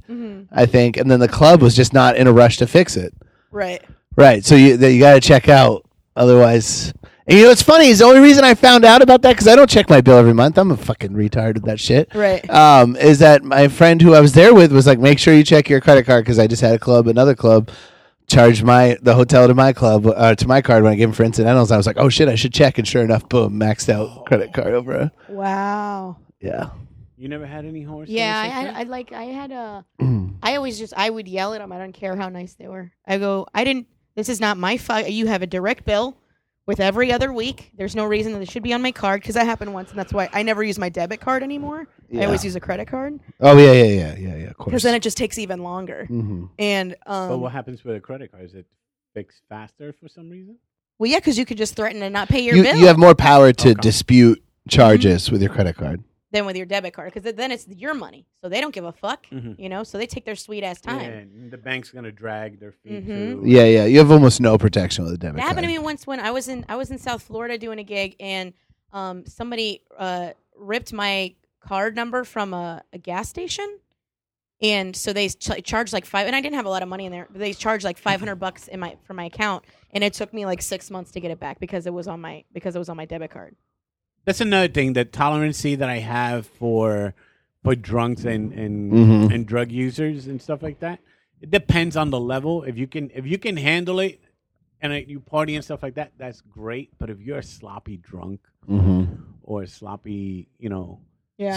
Speaker 7: I think, and then the club was just not in a rush to fix it.
Speaker 5: Right.
Speaker 7: Right, so you that you got to check out, otherwise. And you know what's funny is the only reason I found out about that because I don't check my bill every month. I'm a fucking retard with that shit.
Speaker 5: Right.
Speaker 7: Um, is that my friend who I was there with was like, make sure you check your credit card because I just had a club, another club, charged my the hotel to my club uh, to my card when I gave him for incidentals. I was like, oh shit, I should check. And sure enough, boom, maxed out credit card over. a-
Speaker 5: Wow.
Speaker 7: Yeah.
Speaker 8: You never had any horse?
Speaker 5: Yeah, I,
Speaker 8: stories like
Speaker 5: had-
Speaker 8: that?
Speaker 5: I like I had a. I always just I would yell at them. I don't care how nice they were. I go. I didn't. This is not my fault. You have a direct bill with every other week. There's no reason that it should be on my card because that happened once, and that's why I never use my debit card anymore. I always use a credit card
Speaker 7: Oh yeah, yeah, yeah, yeah, yeah. Of course.
Speaker 5: because then it just takes even longer.
Speaker 7: Mhm.
Speaker 5: And um,
Speaker 8: But what
Speaker 5: well,
Speaker 8: happens with a credit card? Is it fixed faster for some reason?
Speaker 5: yeah, because you could just threaten to not pay your
Speaker 7: You
Speaker 5: bill Mm-hmm.
Speaker 7: you have more power to
Speaker 8: Okay.
Speaker 7: dispute charges with your credit card.
Speaker 5: than with your debit card because then it's your money, so they don't give a fuck,
Speaker 7: Mm-hmm.
Speaker 8: Mhm.
Speaker 5: you know. So they take their sweet ass time.
Speaker 8: Yeah, the bank's gonna drag their feet
Speaker 5: Mhm.
Speaker 8: too.
Speaker 7: Yeah, yeah. You have almost no protection with a debit
Speaker 5: That
Speaker 7: card.
Speaker 5: happened to me once when I was in I was in South Florida doing a gig and um, somebody uh, ripped my card number from a, a gas station, and so they ch- charged like five. And I didn't have a lot of money in there, but they charged like five hundred bucks in my for my account, and it took me like six months to get it back because it was on my because it was on my debit card.
Speaker 8: That's another thing. The tolerancy that I have for for drunks and and
Speaker 7: Mhm.
Speaker 8: and drug users and stuff like that. It depends on the level. If you can if you can handle it and uh, you party and stuff like that, that's great. But if you're a sloppy drunk
Speaker 7: mm-hmm.
Speaker 8: or a sloppy, you know,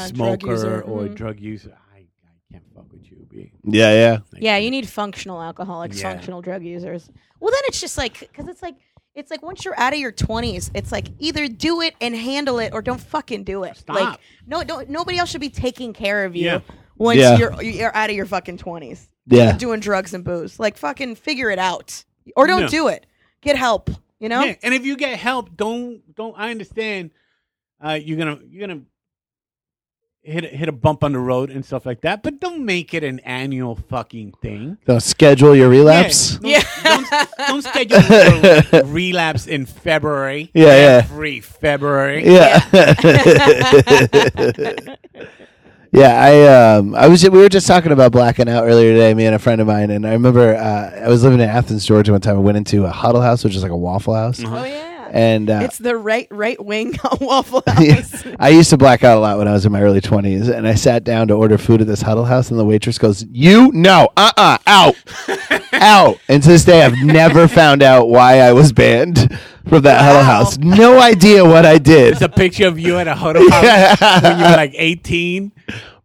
Speaker 8: smoker or
Speaker 5: mm-hmm.
Speaker 8: drug user, I, I can't fuck with you, B.
Speaker 7: Yeah, yeah.
Speaker 8: Like,
Speaker 5: Yeah, you need functional alcoholics,
Speaker 8: Yeah.
Speaker 5: functional drug users. Well, then it's just like because it's like it's like once you're out of your twenties, it's like either do it and handle it or don't fucking do it.
Speaker 8: Stop.
Speaker 5: Like no, don't. Nobody else should be taking care of you
Speaker 8: Yeah.
Speaker 5: once
Speaker 7: Yeah.
Speaker 5: you're you're out of your fucking twenties
Speaker 7: Yeah.
Speaker 5: doing drugs and booze. Like fucking figure it out or don't
Speaker 8: Yeah.
Speaker 5: do it. Get help. You know.
Speaker 8: Yeah, and if you get help, don't don't. I understand. Uh, you're gonna you're gonna hit a, hit a bump on the road and stuff like that, but don't make it an annual fucking thing.
Speaker 7: So schedule your relapse.
Speaker 8: Yeah, don't, don't, don't schedule your relapse in February.
Speaker 7: Yeah, yeah.
Speaker 8: every February.
Speaker 7: Yeah. Yeah, I um, I was we were just talking about blacking out earlier today, me and a friend of mine, and I remember uh, I was living in Athens, Georgia, one time. I went into a huddle house, which is like a waffle house,
Speaker 5: Oh yeah.
Speaker 7: and uh,
Speaker 5: it's the right right wing waffle
Speaker 7: Yeah.
Speaker 5: house.
Speaker 7: I used to black out a lot when I was in my early 20s, and I sat down to order food at this huddle house, and the waitress goes, You? No. Uh uh Out. out. And to this day, I've never found out why I was banned from that huddle house. No idea what I did.
Speaker 8: It's a picture of you at a huddle house when you were like 18.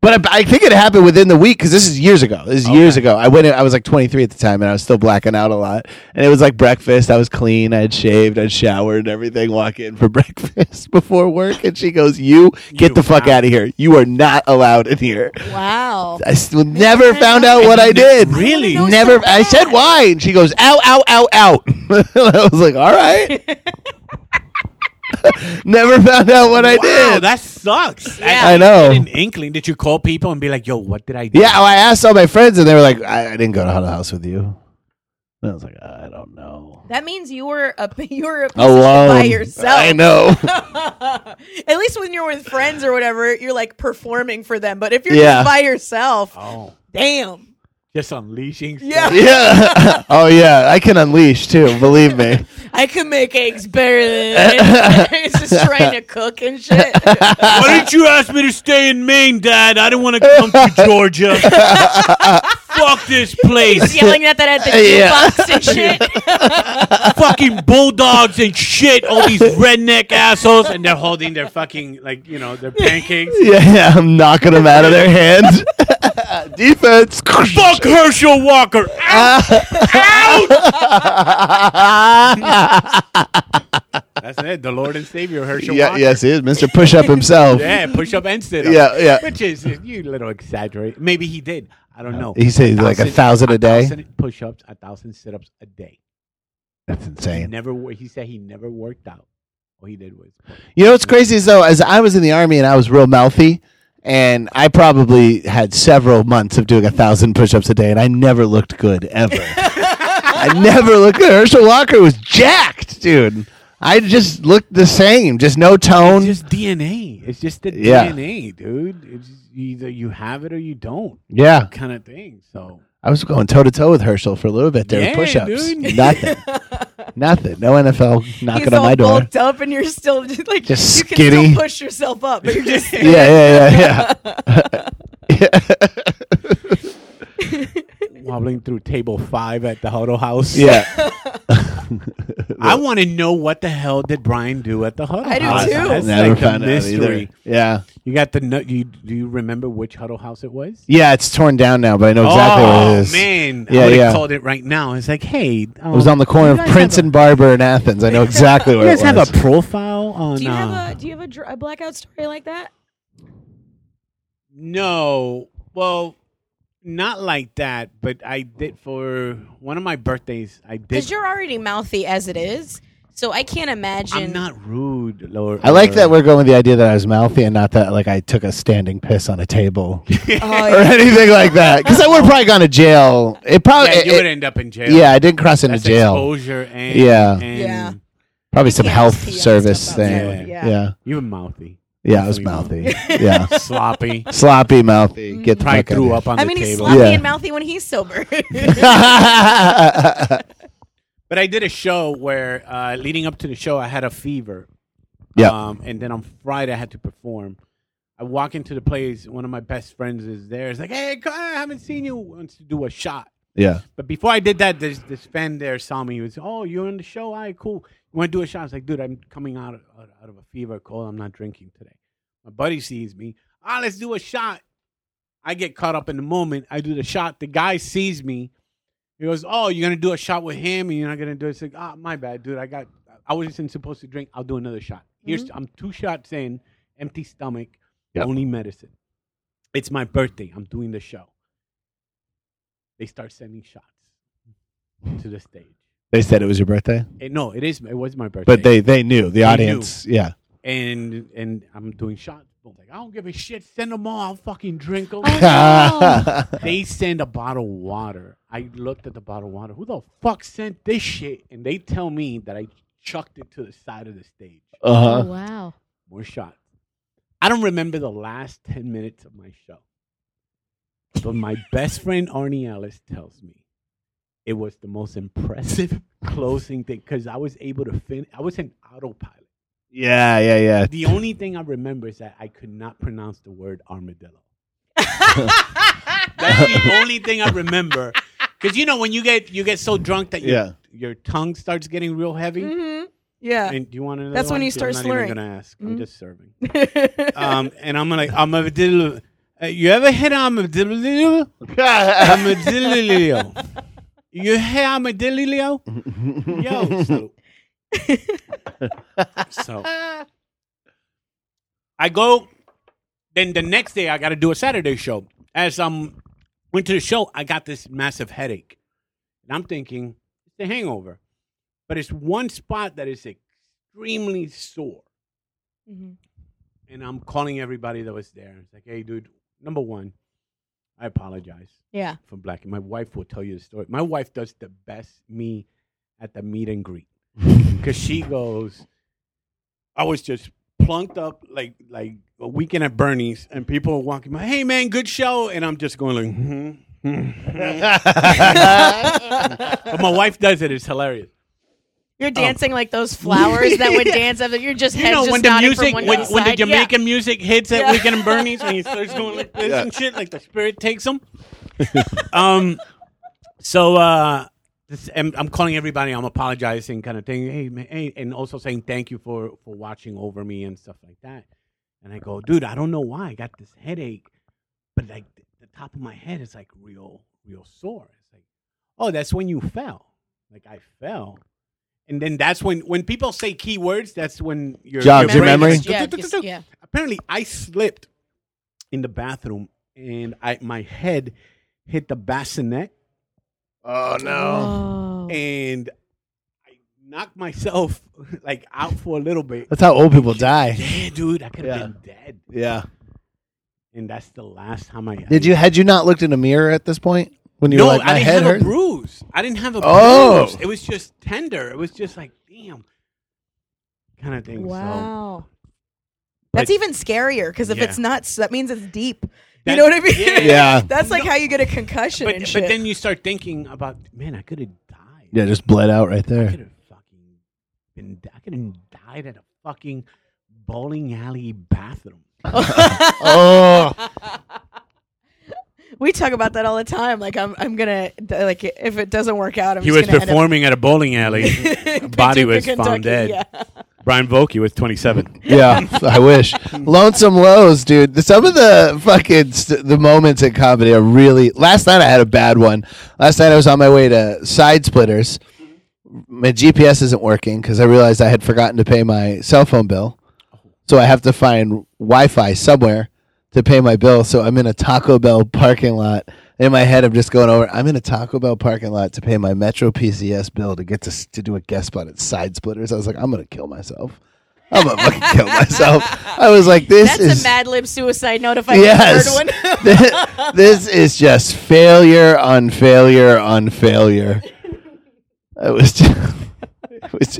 Speaker 7: But I, I think it happened within the week because this is years ago. This is years ago. I went. In, I was like 23 at the time, and I was still blacking out a lot. And it was like breakfast. I was clean. I had shaved. I'd showered and everything. Walk in for breakfast before work, and she goes, "You get
Speaker 8: You
Speaker 7: the fuck
Speaker 8: out."
Speaker 7: out of here. You are not allowed in here."
Speaker 5: Wow.
Speaker 7: I still never found out what I did.
Speaker 8: Really?
Speaker 5: No,
Speaker 7: Never.
Speaker 5: so
Speaker 7: I said
Speaker 5: bad.
Speaker 7: why, and she goes, "Ow, ow, ow, ow." I was like, "All right." never found out what I
Speaker 8: Wow,
Speaker 7: did.
Speaker 8: that sucks.
Speaker 7: I know.
Speaker 8: An inkling. Did you call people and be like, yo, what did I do?
Speaker 7: Yeah, well, I asked all my friends, and they were like, "I, I didn't go to Huddle House with you." And I was like, "I don't know."
Speaker 5: That means you were a you were a piece of shit
Speaker 7: Alone
Speaker 5: by yourself.
Speaker 7: I know.
Speaker 5: At least when you're with friends or whatever, you're like performing for them. But if you're
Speaker 7: Yeah.
Speaker 5: just by yourself,
Speaker 8: Oh,
Speaker 5: damn.
Speaker 8: just unleashing.
Speaker 5: Yeah,
Speaker 8: stuff.
Speaker 7: yeah. oh yeah, I can unleash too. Believe me.
Speaker 5: I can make eggs better than it's just trying to cook and shit.
Speaker 8: Why didn't you ask me to stay in Maine, Dad? I didn't want to come to Georgia. Fuck this place.
Speaker 5: Yelling at that at the
Speaker 7: Yeah.
Speaker 5: jukebox and shit.
Speaker 8: fucking bulldogs and shit. All these redneck assholes, and they're holding their fucking like you know their pancakes.
Speaker 7: Yeah, yeah, I'm knocking them out of their hands. Defense.
Speaker 8: Fuck Herschel Walker. Out. That's it. The Lord and Savior Herschel
Speaker 7: Yeah,
Speaker 8: Walker.
Speaker 7: yes, he is Mr. Push Up himself.
Speaker 8: Yeah, push up and sit up.
Speaker 7: Yeah, yeah.
Speaker 8: Which is you little exaggerate. Maybe he did. I don't know.
Speaker 7: He said like a thousand a day.
Speaker 8: Thousand push-ups, a thousand sit-ups a day.
Speaker 7: That's
Speaker 8: He
Speaker 7: insane.
Speaker 8: never. wo- He said he never worked out. All he did was.
Speaker 7: You know what's crazy is though, as I was in the army and I was real mouthy, and I probably had several months of doing a thousand push-ups a day, and I never looked good ever. I never looked good. Herschel Walker was jacked, dude. I just looked the same, just no tone.
Speaker 8: It's just DNA. It's just the
Speaker 7: Yeah.
Speaker 8: DNA, dude. It's just, either you have it or you don't,
Speaker 7: yeah,
Speaker 8: kind of thing. So
Speaker 7: I was going toe to toe with Herschel for a little bit there
Speaker 8: Yeah,
Speaker 7: with push-ups.
Speaker 8: dude.
Speaker 7: Nothing, nothing. No NFL knocking
Speaker 5: He's
Speaker 7: on
Speaker 5: all
Speaker 7: my door.
Speaker 5: bulked up and you're still just like
Speaker 7: Just
Speaker 5: you can
Speaker 7: skinny.
Speaker 5: still push yourself up, but you're just
Speaker 7: Yeah, yeah, yeah, yeah.
Speaker 8: wobbling through table five at the huddle house.
Speaker 7: yeah.
Speaker 8: I want to know what the hell did Brian do at the huddle
Speaker 5: I do
Speaker 8: house?
Speaker 5: too.
Speaker 8: That's
Speaker 7: Never
Speaker 8: like
Speaker 7: found
Speaker 8: a
Speaker 7: out either.
Speaker 8: mystery.
Speaker 7: Yeah.
Speaker 8: You got the no, you do you remember which huddle house it was?
Speaker 7: Yeah, it's torn down now, but I know exactly
Speaker 8: oh,
Speaker 7: what it is.
Speaker 8: man,
Speaker 7: Yeah,
Speaker 8: I would have
Speaker 7: yeah.
Speaker 8: called it right now. It's like, hey, um,
Speaker 7: It was on the corner of Prince and Barber in Athens. I know exactly
Speaker 8: You
Speaker 7: where it
Speaker 8: guys
Speaker 7: was.
Speaker 8: have a profile on?
Speaker 5: Do you
Speaker 8: uh,
Speaker 5: have a do you have a, dr- a blackout story like that?
Speaker 8: No. Well, not like that, but I did for one of my birthdays. I did.
Speaker 5: Because you're already mouthy as it is, so I can't imagine.
Speaker 8: I'm not rude, Laura.
Speaker 7: I like that we're going with the idea that I was mouthy and not that like I took a standing piss on a table
Speaker 5: Oh,
Speaker 7: or anything like that. Because I would have probably gone to jail. Oh, It probably
Speaker 8: Yeah, you
Speaker 7: it-
Speaker 8: would end up in jail.
Speaker 7: yeah, I didn't cross into
Speaker 8: That's
Speaker 7: jail.
Speaker 8: exposure and
Speaker 7: Yeah.
Speaker 8: and
Speaker 5: Yeah.
Speaker 7: Probably some
Speaker 5: Yeah,
Speaker 7: health
Speaker 5: PS
Speaker 7: service
Speaker 5: stuff
Speaker 7: thing.
Speaker 5: outside,
Speaker 7: Yeah.
Speaker 5: yeah.
Speaker 7: yeah.
Speaker 8: You were mouthy,
Speaker 7: I was
Speaker 8: Sleep.
Speaker 7: mouthy. Yeah.
Speaker 8: sloppy.
Speaker 7: Sloppy mouthy.
Speaker 8: Mm-hmm.
Speaker 7: Get the
Speaker 8: Probably
Speaker 7: fuck
Speaker 8: threw
Speaker 7: out
Speaker 8: up on
Speaker 5: I
Speaker 8: the
Speaker 5: mean, he's
Speaker 8: table.
Speaker 5: sloppy
Speaker 7: Yeah.
Speaker 5: and mouthy when he's sober.
Speaker 7: of here.
Speaker 8: But I did a show where, uh, leading up to the show, I had a fever.
Speaker 7: Yeah.
Speaker 8: Um, and then on Friday, I had to perform. I walk into the place. One of my best friends is there. It's like, hey, come, I haven't seen you. Wants to do a shot.
Speaker 7: yeah.
Speaker 8: But before I did that, this this fan there saw me. He was, oh, you're on the show. All right, cool. You want to do a shot? I was like, dude, I'm coming out of, out out of a fever cold. I'm not drinking today. My buddy sees me. Ah, let's do a shot. I get caught up in the moment. I do the shot. The guy sees me. He goes, oh, you're gonna do a shot with him, and you're not gonna do it. It's like, ah, my bad, dude. I got. I wasn't supposed to drink. I'll do another shot. Here's. I'm two shots in. Empty stomach.
Speaker 7: Yep.
Speaker 8: Only medicine. It's my birthday. I'm doing the show. They start sending shots
Speaker 7: Hmm.
Speaker 8: to the stage.
Speaker 7: They said it was your birthday,
Speaker 8: Eh, no, it is. It was my birthday.
Speaker 7: but they they knew the audience. Yeah.
Speaker 8: and and I'm doing shots. Boom. Like I don't give a shit. Send them all. I'll fucking drink them.
Speaker 7: Oh, Uh-huh.
Speaker 8: they send a bottle of water. I looked at the bottle of water. Who the fuck sent this shit? And they tell me that I chucked it to the side of the stage. Oh.
Speaker 7: uh huh.
Speaker 1: wow.
Speaker 8: More shots. I don't remember the last ten minutes of my show, but my best friend Arnie Ellis tells me it was the most impressive closing thing because I was able to fin. I was in autopilot.
Speaker 7: Yeah. Yeah. Yeah.
Speaker 8: The only thing I remember is that I could not pronounce the word armadillo. That's the only thing I remember. Because you know when you get you get so drunk that your,
Speaker 7: Yeah.
Speaker 8: your tongue starts getting real heavy.
Speaker 5: hmm Yeah.
Speaker 8: And do you want to?
Speaker 5: That's when you start
Speaker 8: I'm
Speaker 5: slurring.
Speaker 8: Not even gonna ask. I'm
Speaker 5: Mhm.
Speaker 8: just serving. um, and I'm like armadillo. Uh, you ever had armadillo? Oh, Armadillo. you had armadillo? Yo. So, so I go. Then the next day, I got to do a Saturday show. As I'm went to the show, I got this massive headache, and I'm thinking it's a hangover, but it's one spot that is extremely sore
Speaker 5: Mhm.
Speaker 8: and I'm calling everybody that was there. It's like, hey, dude, number one, I apologize
Speaker 5: Yeah.
Speaker 8: for blacking. My wife will tell you the story. My wife does the best me at the meet and greet because she goes, I was just plunked up like like a weekend at Bernie's, and people are walking by, hey man, good show, and I'm just going like, hmm. but my wife does it. It's hilarious.
Speaker 5: You're dancing like those flowers that would dance up. You're just
Speaker 8: Oh. You
Speaker 5: heads
Speaker 8: know
Speaker 5: just
Speaker 8: when the
Speaker 5: nodding
Speaker 8: music
Speaker 5: from one
Speaker 8: when,
Speaker 5: to the
Speaker 8: when the
Speaker 5: side. Yeah.
Speaker 8: Jamaican music hits at
Speaker 5: Yeah.
Speaker 8: Weekend and Bernie's when he starts going like this
Speaker 7: Yeah.
Speaker 8: and shit, like the spirit takes him. um, so uh, this, I'm, I'm calling everybody. I'm apologizing, kind of thing. Hey, man, hey, and also saying thank you for for watching over me and stuff like that. And I go, dude, I don't know why I got this headache, but like the, the top of my head is like real, real sore. It's like, oh, that's when you fell. Like I fell. And then that's when when people say key words, that's when your
Speaker 7: Jogs your
Speaker 8: brain
Speaker 7: memory?
Speaker 8: is
Speaker 5: Yeah,
Speaker 8: like,
Speaker 5: just- yeah.
Speaker 8: Apparently, I slipped in the bathroom and I my head hit the bassinet
Speaker 7: Oh
Speaker 1: Oh.
Speaker 7: no.
Speaker 8: and I knocked myself like out for a little bit.
Speaker 7: That's how old people die.
Speaker 8: Yeah, dude, I could have
Speaker 7: Yeah.
Speaker 8: been dead.
Speaker 7: Yeah.
Speaker 8: And that's the last time I
Speaker 7: Did you had you not looked in a mirror at this point when you
Speaker 8: no,
Speaker 7: were like my
Speaker 8: I didn't
Speaker 7: head
Speaker 8: have
Speaker 7: hurt?
Speaker 8: a bruise. I didn't have a
Speaker 7: Oh.
Speaker 8: bruise. It was just tender. It was just like, damn, kind of thing. So
Speaker 5: Wow. That's
Speaker 8: But-
Speaker 5: even scarier because if
Speaker 8: Yeah.
Speaker 5: it's nuts, that means it's deep.
Speaker 8: That-
Speaker 5: you know what I mean?
Speaker 8: yeah.
Speaker 7: Yeah.
Speaker 5: That's like how you get a concussion
Speaker 8: but,
Speaker 5: and
Speaker 8: but
Speaker 5: shit.
Speaker 8: then you start thinking about, man, I could have died.
Speaker 7: Yeah, just bled out right
Speaker 8: I
Speaker 7: there.
Speaker 8: could have fucking been, I could have died at a fucking bowling alley bathroom.
Speaker 7: Oh,
Speaker 5: we talk about that all the time. Like I'm, I'm gonna like if it doesn't work out, I'm
Speaker 8: He was
Speaker 5: just gonna
Speaker 8: performing at a bowling alley.
Speaker 5: End up
Speaker 8: Body
Speaker 5: Paducah,
Speaker 8: was found
Speaker 5: Kentucky,
Speaker 8: dead.
Speaker 5: Yeah.
Speaker 8: Brian Volke was 27.
Speaker 7: yeah. I wish. Lonesome lows, dude. The- Some of the fucking st- the moments in comedy are really. Last night I had a bad one. Last night I was on my way to Side Splitters. My GPS isn't working because I realized I had forgotten to pay my cell phone bill, so I have to find Wi-Fi somewhere to pay my bill. So I'm in a Taco Bell parking lot. In my head, I'm just going over. I'm in a Taco Bell parking lot to pay my Metro PCS bill to get to s- to do a guest spot at Side Splitters. I was like, I'm gonna kill myself. I'm gonna fucking kill myself. I was like, this
Speaker 5: That's
Speaker 7: is
Speaker 5: a Mad Lib suicide note. If I
Speaker 7: yes.
Speaker 5: heard one.
Speaker 7: Th- this is just failure on failure on failure. It was just,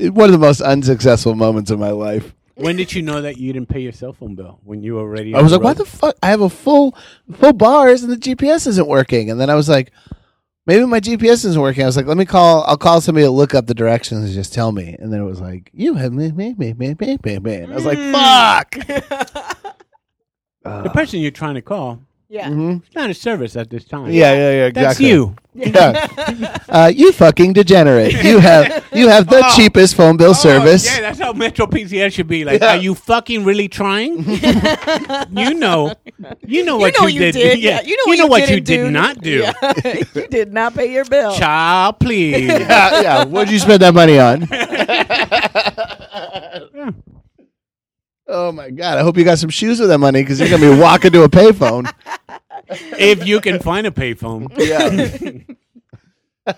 Speaker 7: It's one of the most unsuccessful moments of my life.
Speaker 8: When did you know that you didn't pay your cell phone bill? When you already?
Speaker 7: I was like, "Why the fuck? I have a full full bars and the GPS isn't working." And then I was like, "Maybe my GPS isn't working." I was like, "Let me call. I'll call somebody to look up the directions and just tell me." And then it was like, "You have me, me, me, me, me, me, me." And I was like,
Speaker 8: Hmm.
Speaker 7: "Fuck."
Speaker 8: the person you're trying to call?
Speaker 5: yeah.
Speaker 7: Mhm.
Speaker 8: It's not a service at this time.
Speaker 7: Yeah, yeah, yeah. Exactly.
Speaker 8: that's you.
Speaker 7: Yeah. Uh, you fucking degenerate. You have you have the
Speaker 8: Oh.
Speaker 7: cheapest phone bill service.
Speaker 8: Yeah, that's how Metro PCS should be. Like, are you fucking really trying? you know, you know what
Speaker 5: you know you did. Yeah. You know what you,
Speaker 8: what
Speaker 5: didn't
Speaker 8: you did
Speaker 5: do.
Speaker 8: not do.
Speaker 5: Yeah. you did not pay your bill.
Speaker 8: Child, please.
Speaker 7: yeah, Uh, yeah. What'd you spend that money on? oh my god! I hope you got some shoes with that money because you're gonna be walking to a payphone.
Speaker 8: if you can find a payphone.
Speaker 7: Yeah.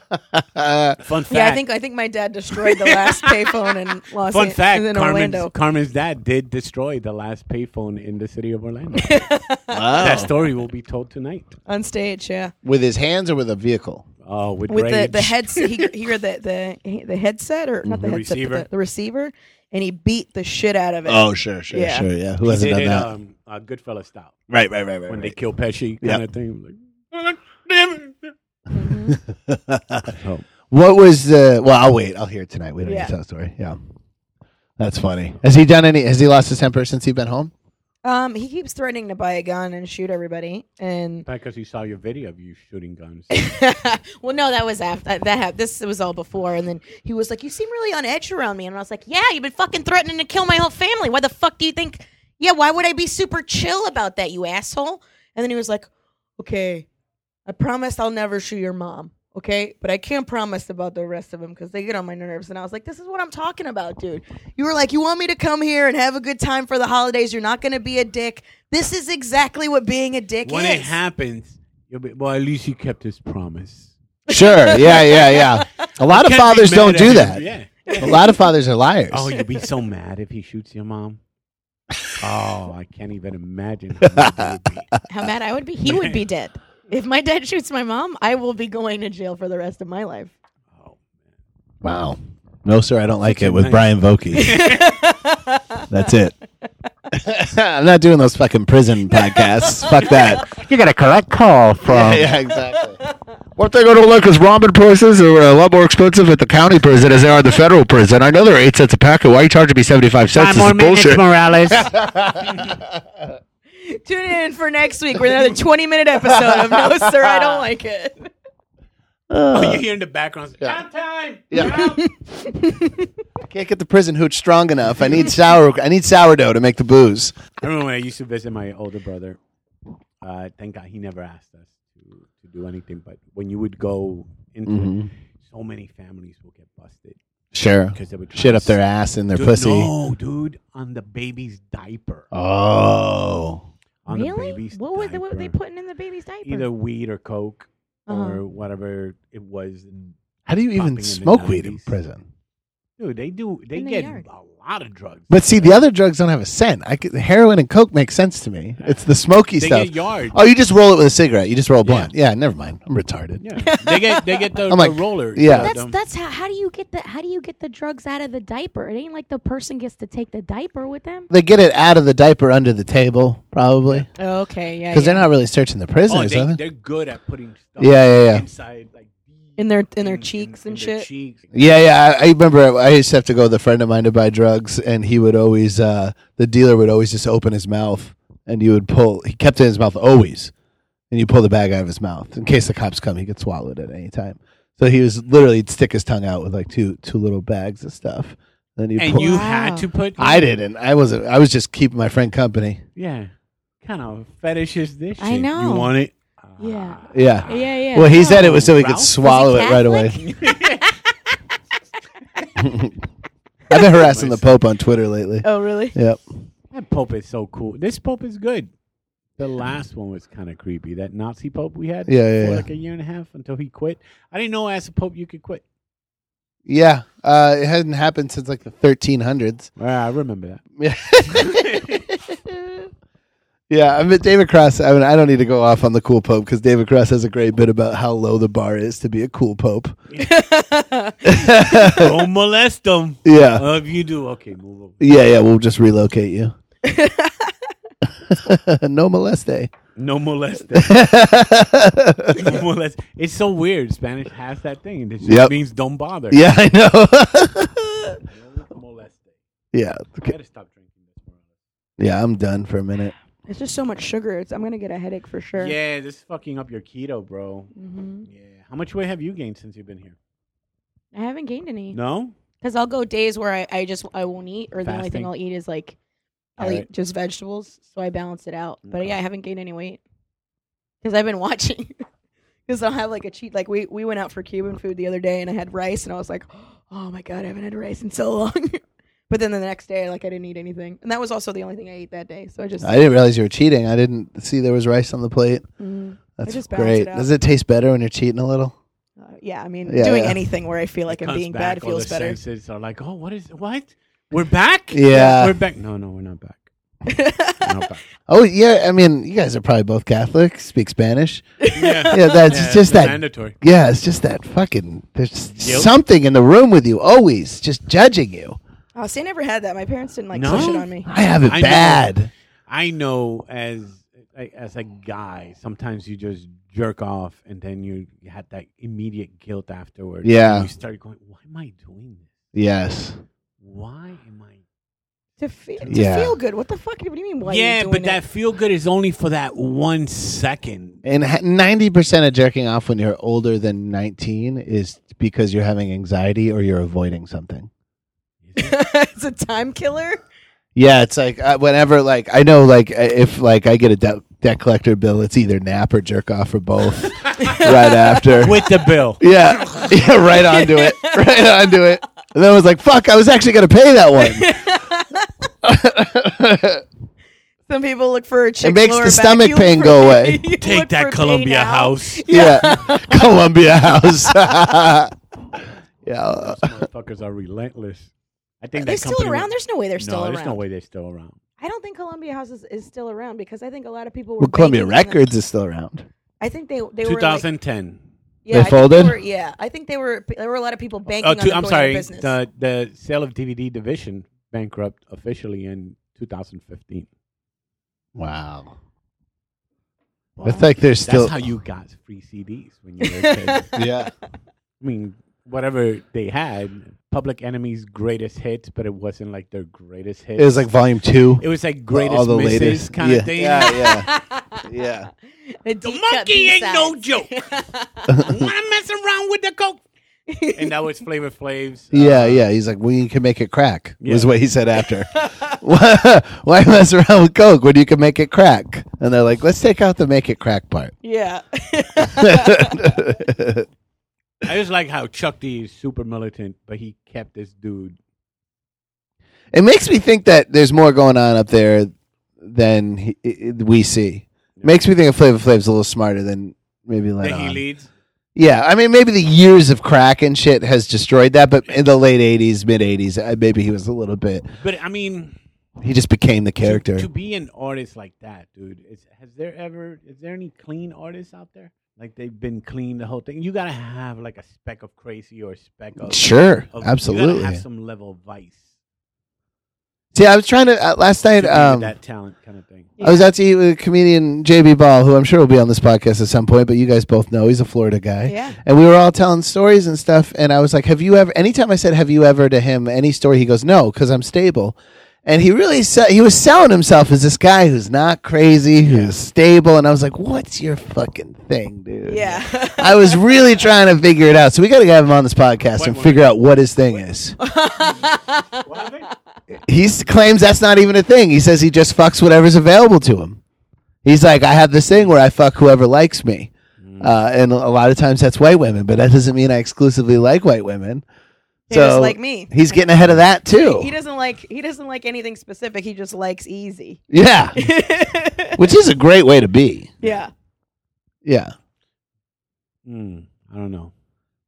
Speaker 8: Fun fact.
Speaker 5: Yeah, I think I think my dad destroyed the last payphone in Los
Speaker 8: Fun
Speaker 5: An-
Speaker 8: fact:
Speaker 5: in
Speaker 8: Carmen's,
Speaker 5: Orlando.
Speaker 8: Carmen's dad did destroy the last payphone in the city of Orlando. That story will be told tonight.
Speaker 5: on stage. Yeah,
Speaker 7: With his hands or with a vehicle?
Speaker 8: Oh, with,
Speaker 5: with the,
Speaker 8: rage.
Speaker 5: the headset, he, he heard the, the the headset or not the,
Speaker 8: The
Speaker 5: headset, but
Speaker 8: receiver.
Speaker 5: the, the receiver, and he beat the shit out of it.
Speaker 7: Oh, sure, sure,
Speaker 5: Yeah.
Speaker 7: sure. Yeah. Who
Speaker 8: He
Speaker 7: hasn't
Speaker 8: did
Speaker 7: done
Speaker 8: it,
Speaker 7: that?
Speaker 8: um, uh, Goodfellas style.
Speaker 7: right, right, right, right.
Speaker 8: when
Speaker 7: right.
Speaker 8: they kill Pesci kind
Speaker 7: Yeah.
Speaker 8: of thing. Like, damn it.
Speaker 7: What was the? Well, I'll wait. I'll hear it tonight. We don't
Speaker 5: Yeah.
Speaker 7: need to tell the story. Yeah, that's funny. Has he done any? Has he lost his temper since he's been home?
Speaker 5: Um, he keeps threatening to buy a gun and shoot everybody. And
Speaker 8: Because he saw your video of you shooting guns.
Speaker 5: well, no, that was after that. that hap- this was all before. And then he was like, "You seem really on edge around me," and I was like, "Yeah, you've been fucking threatening to kill my whole family. Why the fuck do you think? Yeah, why would I be super chill about that, you asshole?" And then he was like, "Okay, I promise I'll never shoot your mom." Okay, but I can't promise about the rest of them because they get on my nerves. And I was like, this is what I'm talking about, dude. You were like, you want me to come here and have a good time for the holidays. You're not going to be a dick. This is exactly what being a dick
Speaker 8: when
Speaker 5: is.
Speaker 8: it happens, you'll be, well, at least he kept his promise.
Speaker 7: Sure. Yeah, yeah, yeah. A lot of
Speaker 8: Can't be
Speaker 7: fathers
Speaker 8: mad
Speaker 7: don't
Speaker 8: at
Speaker 7: do
Speaker 8: him.
Speaker 7: that.
Speaker 8: Yeah.
Speaker 7: A lot of fathers are liars.
Speaker 8: Oh, you'd be so mad if he shoots your mom. Oh, I can't even imagine. How mad you would be.
Speaker 5: how mad I would be. He would be dead. If my dad shoots my mom, I will be going to jail for the rest of my life.
Speaker 7: Wow. No, sir, I don't like it with
Speaker 8: nice-
Speaker 7: Brian Vokey. That's it. I'm not doing those fucking prison podcasts. Fuck that.
Speaker 3: You got a correct call from.
Speaker 7: Yeah, exactly.
Speaker 3: What they go to look is ramen prices are a lot more expensive at the county prison as they are at the federal prison. I know they're eight cents a packet. Why are you charging me seventy five cents? This is bullshit.
Speaker 8: Morales.
Speaker 5: Tune in for next week with another 20 minute episode of No Sir, I Don't Like It.
Speaker 8: oh, you hear in the background. Out time.
Speaker 7: Yeah. I can't get the prison hooch strong enough. I need sour. I need sourdough to make the booze.
Speaker 8: I remember when I used to visit my older brother. Uh, thank God he never asked us to, to do anything. But when you would go into
Speaker 7: Mm-hmm.
Speaker 8: it, so many families will get busted
Speaker 7: Sure.
Speaker 8: because they would try
Speaker 7: Shit
Speaker 8: to
Speaker 7: up their ass and their
Speaker 8: Dude,
Speaker 7: pussy.
Speaker 8: No, dude, on the baby's diaper.
Speaker 7: Oh.
Speaker 8: on the baby's diaper.
Speaker 5: putting in the baby's diaper?
Speaker 8: Either weed or coke
Speaker 5: Uh-huh.
Speaker 8: or whatever it was. And,
Speaker 7: How do you
Speaker 8: Popping in
Speaker 7: even
Speaker 8: the
Speaker 7: smoke weed in
Speaker 8: 90s.
Speaker 7: prison?
Speaker 8: dude, they do. They
Speaker 5: In the
Speaker 8: get
Speaker 5: yard.
Speaker 8: a lot of drugs.
Speaker 7: But see, the other drugs don't have a scent. I could, heroin and coke make sense to me. It's the smoky
Speaker 8: they
Speaker 7: stuff.
Speaker 8: get yard.
Speaker 7: Oh, you just roll it with a cigarette. You just roll a blunt. Yeah, never mind. I'm retarded.
Speaker 8: Yeah, they get they get the,
Speaker 7: I'm like,
Speaker 8: the roller.
Speaker 7: yeah.
Speaker 8: the-
Speaker 1: That's
Speaker 8: the-
Speaker 1: that's how how do you get the how do you get the drugs out of the diaper? It ain't like the person gets to take the diaper with them.
Speaker 7: They get it out of the diaper under the table, probably,
Speaker 5: Okay, yeah.
Speaker 7: because they're not really searching the
Speaker 8: oh,
Speaker 7: prisoners, are
Speaker 8: they,
Speaker 7: they?
Speaker 8: they're good at putting stuff.
Speaker 7: Yeah, yeah, yeah.
Speaker 8: Inside, like
Speaker 5: in their in their cheeks and
Speaker 8: in their
Speaker 5: shit.
Speaker 8: cheeks.
Speaker 7: Yeah, yeah. I, I remember I used to have to go with a friend of mine to buy drugs, and he would always, uh, the dealer would always just open his mouth, and you would pull, he kept it in his mouth always, and you pull the bag out of his mouth in case the cops come, he could swallow it at any time. So he was literally, he'd stick his tongue out with like two two little bags of stuff. Then you
Speaker 8: And
Speaker 7: pull.
Speaker 8: you
Speaker 5: Wow.
Speaker 8: had to put.
Speaker 7: I didn't. I wasn't. I was just keeping my friend company.
Speaker 8: Yeah. Kind of fetish is this?
Speaker 5: I
Speaker 8: shit? You
Speaker 5: know.
Speaker 8: want it? Ah.
Speaker 1: Yeah.
Speaker 7: Yeah.
Speaker 5: Yeah, yeah.
Speaker 7: Well, he said it was so he could
Speaker 8: Ralph?
Speaker 7: swallow
Speaker 1: Was
Speaker 7: it
Speaker 1: he
Speaker 7: right away. I've been harassing the Pope on Twitter lately.
Speaker 5: Oh, really?
Speaker 7: Yep.
Speaker 8: That Pope is so cool. This Pope is good. The last one was kind of creepy. That Nazi Pope we had
Speaker 7: Yeah, yeah,
Speaker 8: for
Speaker 7: yeah.
Speaker 8: like a year and a half until he quit. I didn't know as a Pope you could quit.
Speaker 7: Yeah. Uh, it hadn't happened since
Speaker 8: Ah,
Speaker 7: like the 1300s.
Speaker 8: Uh, I remember that.
Speaker 7: yeah, Yeah, I mean David Cross. I mean, I don't need to go off on the cool pope because David Cross has a great bit about how low the bar is to be a cool pope.
Speaker 8: Don't molest them.
Speaker 7: Yeah,
Speaker 8: Uh, if you do, okay, move over.
Speaker 7: yeah, yeah. We'll just relocate you. no moleste.
Speaker 8: No molest. them. No molest. It's so weird. Spanish has that thing. It just
Speaker 7: Yep.
Speaker 8: means don't bother.
Speaker 7: yeah, I know.
Speaker 8: No molest.
Speaker 7: yeah,
Speaker 8: I
Speaker 7: okay.
Speaker 8: gotta stop drinking this one.
Speaker 7: yeah. I'm done for a minute.
Speaker 5: It's just so much sugar. It's, I'm gonna get a headache for sure.
Speaker 8: Yeah, this is fucking up your keto, bro.
Speaker 5: Mhm.
Speaker 8: Yeah. How much weight have you gained since you've been here?
Speaker 5: I haven't gained any
Speaker 8: No.
Speaker 5: because I'll go days where I, I just I won't eat, or the only
Speaker 8: Fasting.
Speaker 5: thing I'll eat is like I'll
Speaker 8: Alright.
Speaker 5: eat just vegetables, so I balance it out. But
Speaker 8: Okay.
Speaker 5: yeah, I haven't gained any weight because I've been watching. Because I'll have like a cheat. Like we we went out for Cuban food the other day, and I had rice, and I was like, oh my god, I haven't had rice in so long. but then the next day, like I didn't eat anything, and that was also the only thing I ate that day. So I just
Speaker 7: I didn't realize you were cheating. I didn't see there was rice on the plate.
Speaker 5: Mhm.
Speaker 7: That's
Speaker 5: just balance
Speaker 7: great.
Speaker 5: it out.
Speaker 7: Does it taste better when you're cheating a little?
Speaker 5: Uh, yeah, I mean,
Speaker 7: Yeah,
Speaker 5: doing
Speaker 7: yeah.
Speaker 5: anything where I feel like
Speaker 8: It
Speaker 5: I'm
Speaker 8: comes
Speaker 5: being
Speaker 8: back,
Speaker 5: bad
Speaker 8: all
Speaker 5: feels
Speaker 8: the
Speaker 5: better.
Speaker 8: Senses are like, oh, what is what? We're back.
Speaker 7: Yeah.
Speaker 8: We're back. No, no, we're not back. We're not back.
Speaker 7: Oh yeah, I mean, you guys are probably both Catholic. Speak Spanish.
Speaker 8: Yeah.
Speaker 7: Yeah, that's
Speaker 8: Yeah,
Speaker 7: just that.
Speaker 8: mandatory.
Speaker 7: Yeah, it's just that fucking. There's
Speaker 8: Guilt.
Speaker 7: something in the room with you always, just judging you.
Speaker 5: Oh, see, I never had that. My parents didn't like
Speaker 8: No?
Speaker 5: push it on me.
Speaker 7: I have it
Speaker 8: I know.
Speaker 7: bad.
Speaker 8: I know as I- as a guy, sometimes you just jerk off, and then you you had that immediate guilt afterwards.
Speaker 7: Yeah.
Speaker 8: And you start going, "Why am I doing this?
Speaker 7: Yes.
Speaker 8: Why am I?"
Speaker 5: To, fe- to
Speaker 7: Yeah.
Speaker 5: feel good. What the fuck? What do you mean? Why
Speaker 8: yeah,
Speaker 5: are you doing
Speaker 8: but
Speaker 5: it?
Speaker 8: that feel good is only for that one second.
Speaker 7: And ninety percent of jerking off when you're older than nineteen is because you're having anxiety or you're avoiding something.
Speaker 5: it's a time killer.
Speaker 7: Yeah, it's like uh, whenever, like I know, like uh, if like I get a debt debt collector bill, it's either nap or jerk off or both right after.
Speaker 8: With the bill.
Speaker 7: Yeah, yeah, right onto it, right onto it. And then I was like, "Fuck!" I was actually gonna pay that one.
Speaker 5: Some people look for a chick.
Speaker 7: makes the stomach pain go away.
Speaker 8: Take that Columbia house.
Speaker 7: yeah, Columbia House. yeah,
Speaker 8: Motherfuckers are relentless. I think
Speaker 5: Are they
Speaker 8: that
Speaker 5: still
Speaker 8: company-
Speaker 5: around? There's no way they're
Speaker 8: no,
Speaker 5: still
Speaker 8: there's
Speaker 5: around.
Speaker 8: no way they're still around.
Speaker 5: I don't think Columbia House is, is still around because I think a lot of people were.
Speaker 7: well, Columbia
Speaker 5: banking on them.
Speaker 7: Records is still around.
Speaker 5: I think they they were. Like,
Speaker 8: 2010.
Speaker 5: yeah, I think
Speaker 7: folded?
Speaker 5: were- yeah, I think they were. There were a lot of people banking.
Speaker 8: Oh,
Speaker 5: on
Speaker 8: two,
Speaker 5: them
Speaker 8: I'm
Speaker 5: going out of
Speaker 8: sorry.
Speaker 5: business.
Speaker 8: The the sale of DVD division bankrupt officially in 2015.
Speaker 7: Wow, it's like there's
Speaker 8: That's
Speaker 7: still
Speaker 8: how you got free CDs when you were a kid. I
Speaker 7: yeah.
Speaker 8: mean, whatever they had, Public Enemy's greatest hits, but it wasn't like their greatest hits.
Speaker 7: It was like volume two.
Speaker 8: it was like greatest misses kind
Speaker 7: yeah.
Speaker 8: of thing.
Speaker 7: Yeah, yeah, yeah.
Speaker 5: The
Speaker 8: The
Speaker 5: deep cut
Speaker 8: monkey ain't no
Speaker 5: B-sides.
Speaker 8: joke. Why mess around with the coke? and that was Flavor Flav's. uh,
Speaker 7: Yeah, yeah. He's like, we can make it crack. Was
Speaker 8: Yeah.
Speaker 7: what he said after. Why why mess around with coke when you can make it crack? And they're like, let's take out the make it crack part.
Speaker 5: Yeah.
Speaker 8: I just like how Chuck D is super militant, but he kept this dude.
Speaker 7: It makes me think that there's more going on up there than he, i- i- we see. Makes me think of Flavor Flav's a little smarter than maybe let
Speaker 8: that he
Speaker 7: on.
Speaker 8: leads.
Speaker 7: Yeah, I mean, maybe the years of crack and shit has destroyed that, but in the late '80s, mid '80s, uh, maybe he was a little bit.
Speaker 8: But I mean,
Speaker 7: He just became the
Speaker 8: to-
Speaker 7: character.
Speaker 8: To, be an artist like that, dude, is, has there ever is there any clean artists out there? Like they've been clean the whole thing. You gotta have like a speck of crazy or a speck of
Speaker 7: sure,
Speaker 8: of- Oh, You
Speaker 7: absolutely.
Speaker 8: gotta have some level of vice.
Speaker 7: See, I was trying to uh, last
Speaker 8: to
Speaker 7: night.
Speaker 8: be with
Speaker 7: Um,
Speaker 8: that talent kind of thing.
Speaker 7: I was out to eat with comedian JB Ball, who I'm sure will be on this podcast at some point, but you guys both know he's a Florida guy.
Speaker 5: Yeah.
Speaker 7: And we were all telling stories and stuff. And I was like, Have you ever, anytime I said, Have you ever to him any story, he goes, No, because I'm stable. And he really, se- he was selling himself as this guy who's not crazy, who's stable. And I was like, What's your fucking thing, dude?
Speaker 5: Yeah.
Speaker 7: I was really trying to figure it out. So we got to have him on this podcast and
Speaker 8: wait,
Speaker 7: figure out what his thing is. he s- claims that's not even a thing. He says he just fucks whatever's available to him. He's like, I have this thing where I fuck whoever likes me.
Speaker 8: Mm.
Speaker 7: Uh, and a lot of times that's white women, but that doesn't mean I exclusively like white women.
Speaker 5: They just like me.
Speaker 7: He's getting ahead of that too.
Speaker 5: He doesn't like he doesn't like anything specific. He just likes easy.
Speaker 7: yeah. Which is a great way to be.
Speaker 5: Yeah.
Speaker 7: Yeah.
Speaker 8: Mm, I don't know.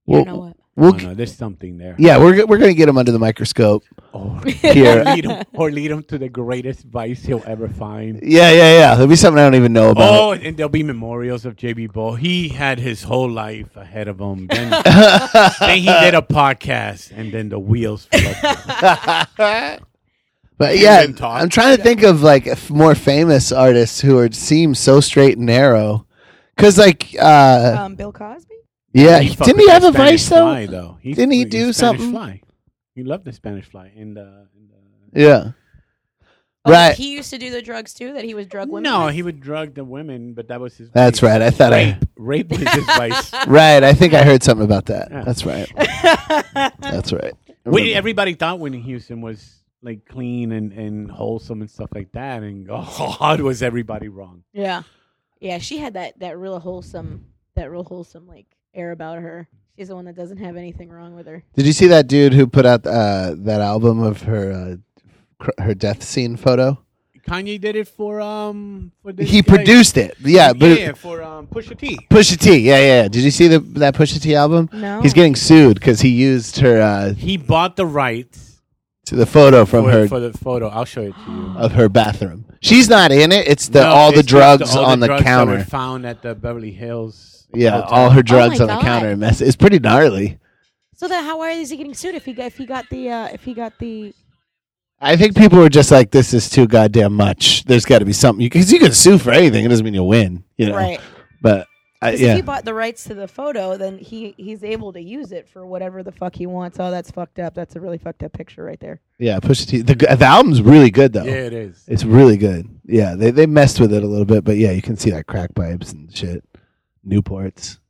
Speaker 7: Well,
Speaker 1: know what?
Speaker 7: We'll
Speaker 8: oh,
Speaker 7: g-
Speaker 8: no, there's something there.
Speaker 7: yeah, we're g- we're gonna get him under the microscope
Speaker 8: Oh,
Speaker 7: here.
Speaker 8: lead 'em- or lead him to the greatest vice he'll ever find.
Speaker 7: yeah, yeah, yeah. There'll be something I don't even know about.
Speaker 8: Oh, and there'll be memorials of JB Ball. He had his whole life ahead of him. Then, then he did a podcast, and then the wheels. fell off.
Speaker 7: but yeah,
Speaker 8: Human talk.
Speaker 7: I'm trying to think of like f- more famous artists who are seem so straight and narrow. Cause like, uh,
Speaker 5: Um, Bill Cosby.
Speaker 7: yeah,
Speaker 8: He
Speaker 7: he-
Speaker 8: fucked
Speaker 7: didn't
Speaker 8: with
Speaker 7: he
Speaker 8: the
Speaker 7: have a
Speaker 8: Spanish
Speaker 7: vice though?
Speaker 8: Fly, though. He,
Speaker 7: Didn't he
Speaker 8: the
Speaker 7: do
Speaker 8: Spanish
Speaker 7: something?
Speaker 8: Fly. He loved the Spanish fly. uh, In the, in the
Speaker 7: Yeah,
Speaker 5: Oh,
Speaker 7: Right.
Speaker 5: He used to do the drugs too. That he was drug women.
Speaker 8: no,
Speaker 5: with?
Speaker 8: he would drug the women, but that was his.
Speaker 7: that's
Speaker 8: vice.
Speaker 7: right. I thought I
Speaker 8: Rape, rape was his vice.
Speaker 7: right. I think I heard something about that.
Speaker 8: Yeah.
Speaker 7: That's right. That's right.
Speaker 8: We, everybody thought Whitney Houston was like clean and, and wholesome and stuff like that, and oh, God was everybody wrong.
Speaker 5: Yeah. Yeah, she had that that real wholesome that real wholesome like air about her. She's the one that doesn't have anything wrong with her.
Speaker 7: Did you see that dude who put out uh, that album of her uh, cr- her death scene photo?
Speaker 8: Kanye did it for um for this
Speaker 7: He
Speaker 8: guy-
Speaker 7: produced it. Yeah, but
Speaker 8: yeah for um Pusha T.
Speaker 7: Pusha T. Yeah, yeah. yeah. Did you see the, that Pusha T album?
Speaker 5: No.
Speaker 1: Oh.
Speaker 7: He's getting sued because he used her uh,
Speaker 8: He bought the rights
Speaker 7: to the photo from
Speaker 8: for,
Speaker 7: her
Speaker 8: for the photo. I'll show it to you.
Speaker 7: of her bathroom. She's not in it. It's the
Speaker 8: No,
Speaker 7: all the
Speaker 8: it's just
Speaker 7: drugs
Speaker 8: all
Speaker 7: on the
Speaker 8: drugs that were
Speaker 7: counter.
Speaker 8: found at the Beverly Hills.
Speaker 7: Yeah,
Speaker 8: hotel.
Speaker 7: all her drugs
Speaker 1: Oh my
Speaker 7: on the
Speaker 1: God.
Speaker 7: counter. and Mess. It's pretty gnarly.
Speaker 5: So then how why is he getting sued if he got if he got the uh if he got the
Speaker 7: I think people were just like, "This is too goddamn much." There's got to be something because you, can sue for anything. It doesn't mean you'll win. You know?
Speaker 5: right.
Speaker 7: But I,
Speaker 5: 'Cause
Speaker 7: yeah.
Speaker 5: If he bought the rights to the photo, then he he's able to use it for whatever the fuck he wants. Oh, that's fucked up. That's a really fucked up picture right there.
Speaker 7: Yeah, Pusha T. The, the album's really good though.
Speaker 8: Yeah, it is.
Speaker 7: It's really good. Yeah, they they messed with it a little bit, but yeah, you can see like crack pipes and shit, Newports.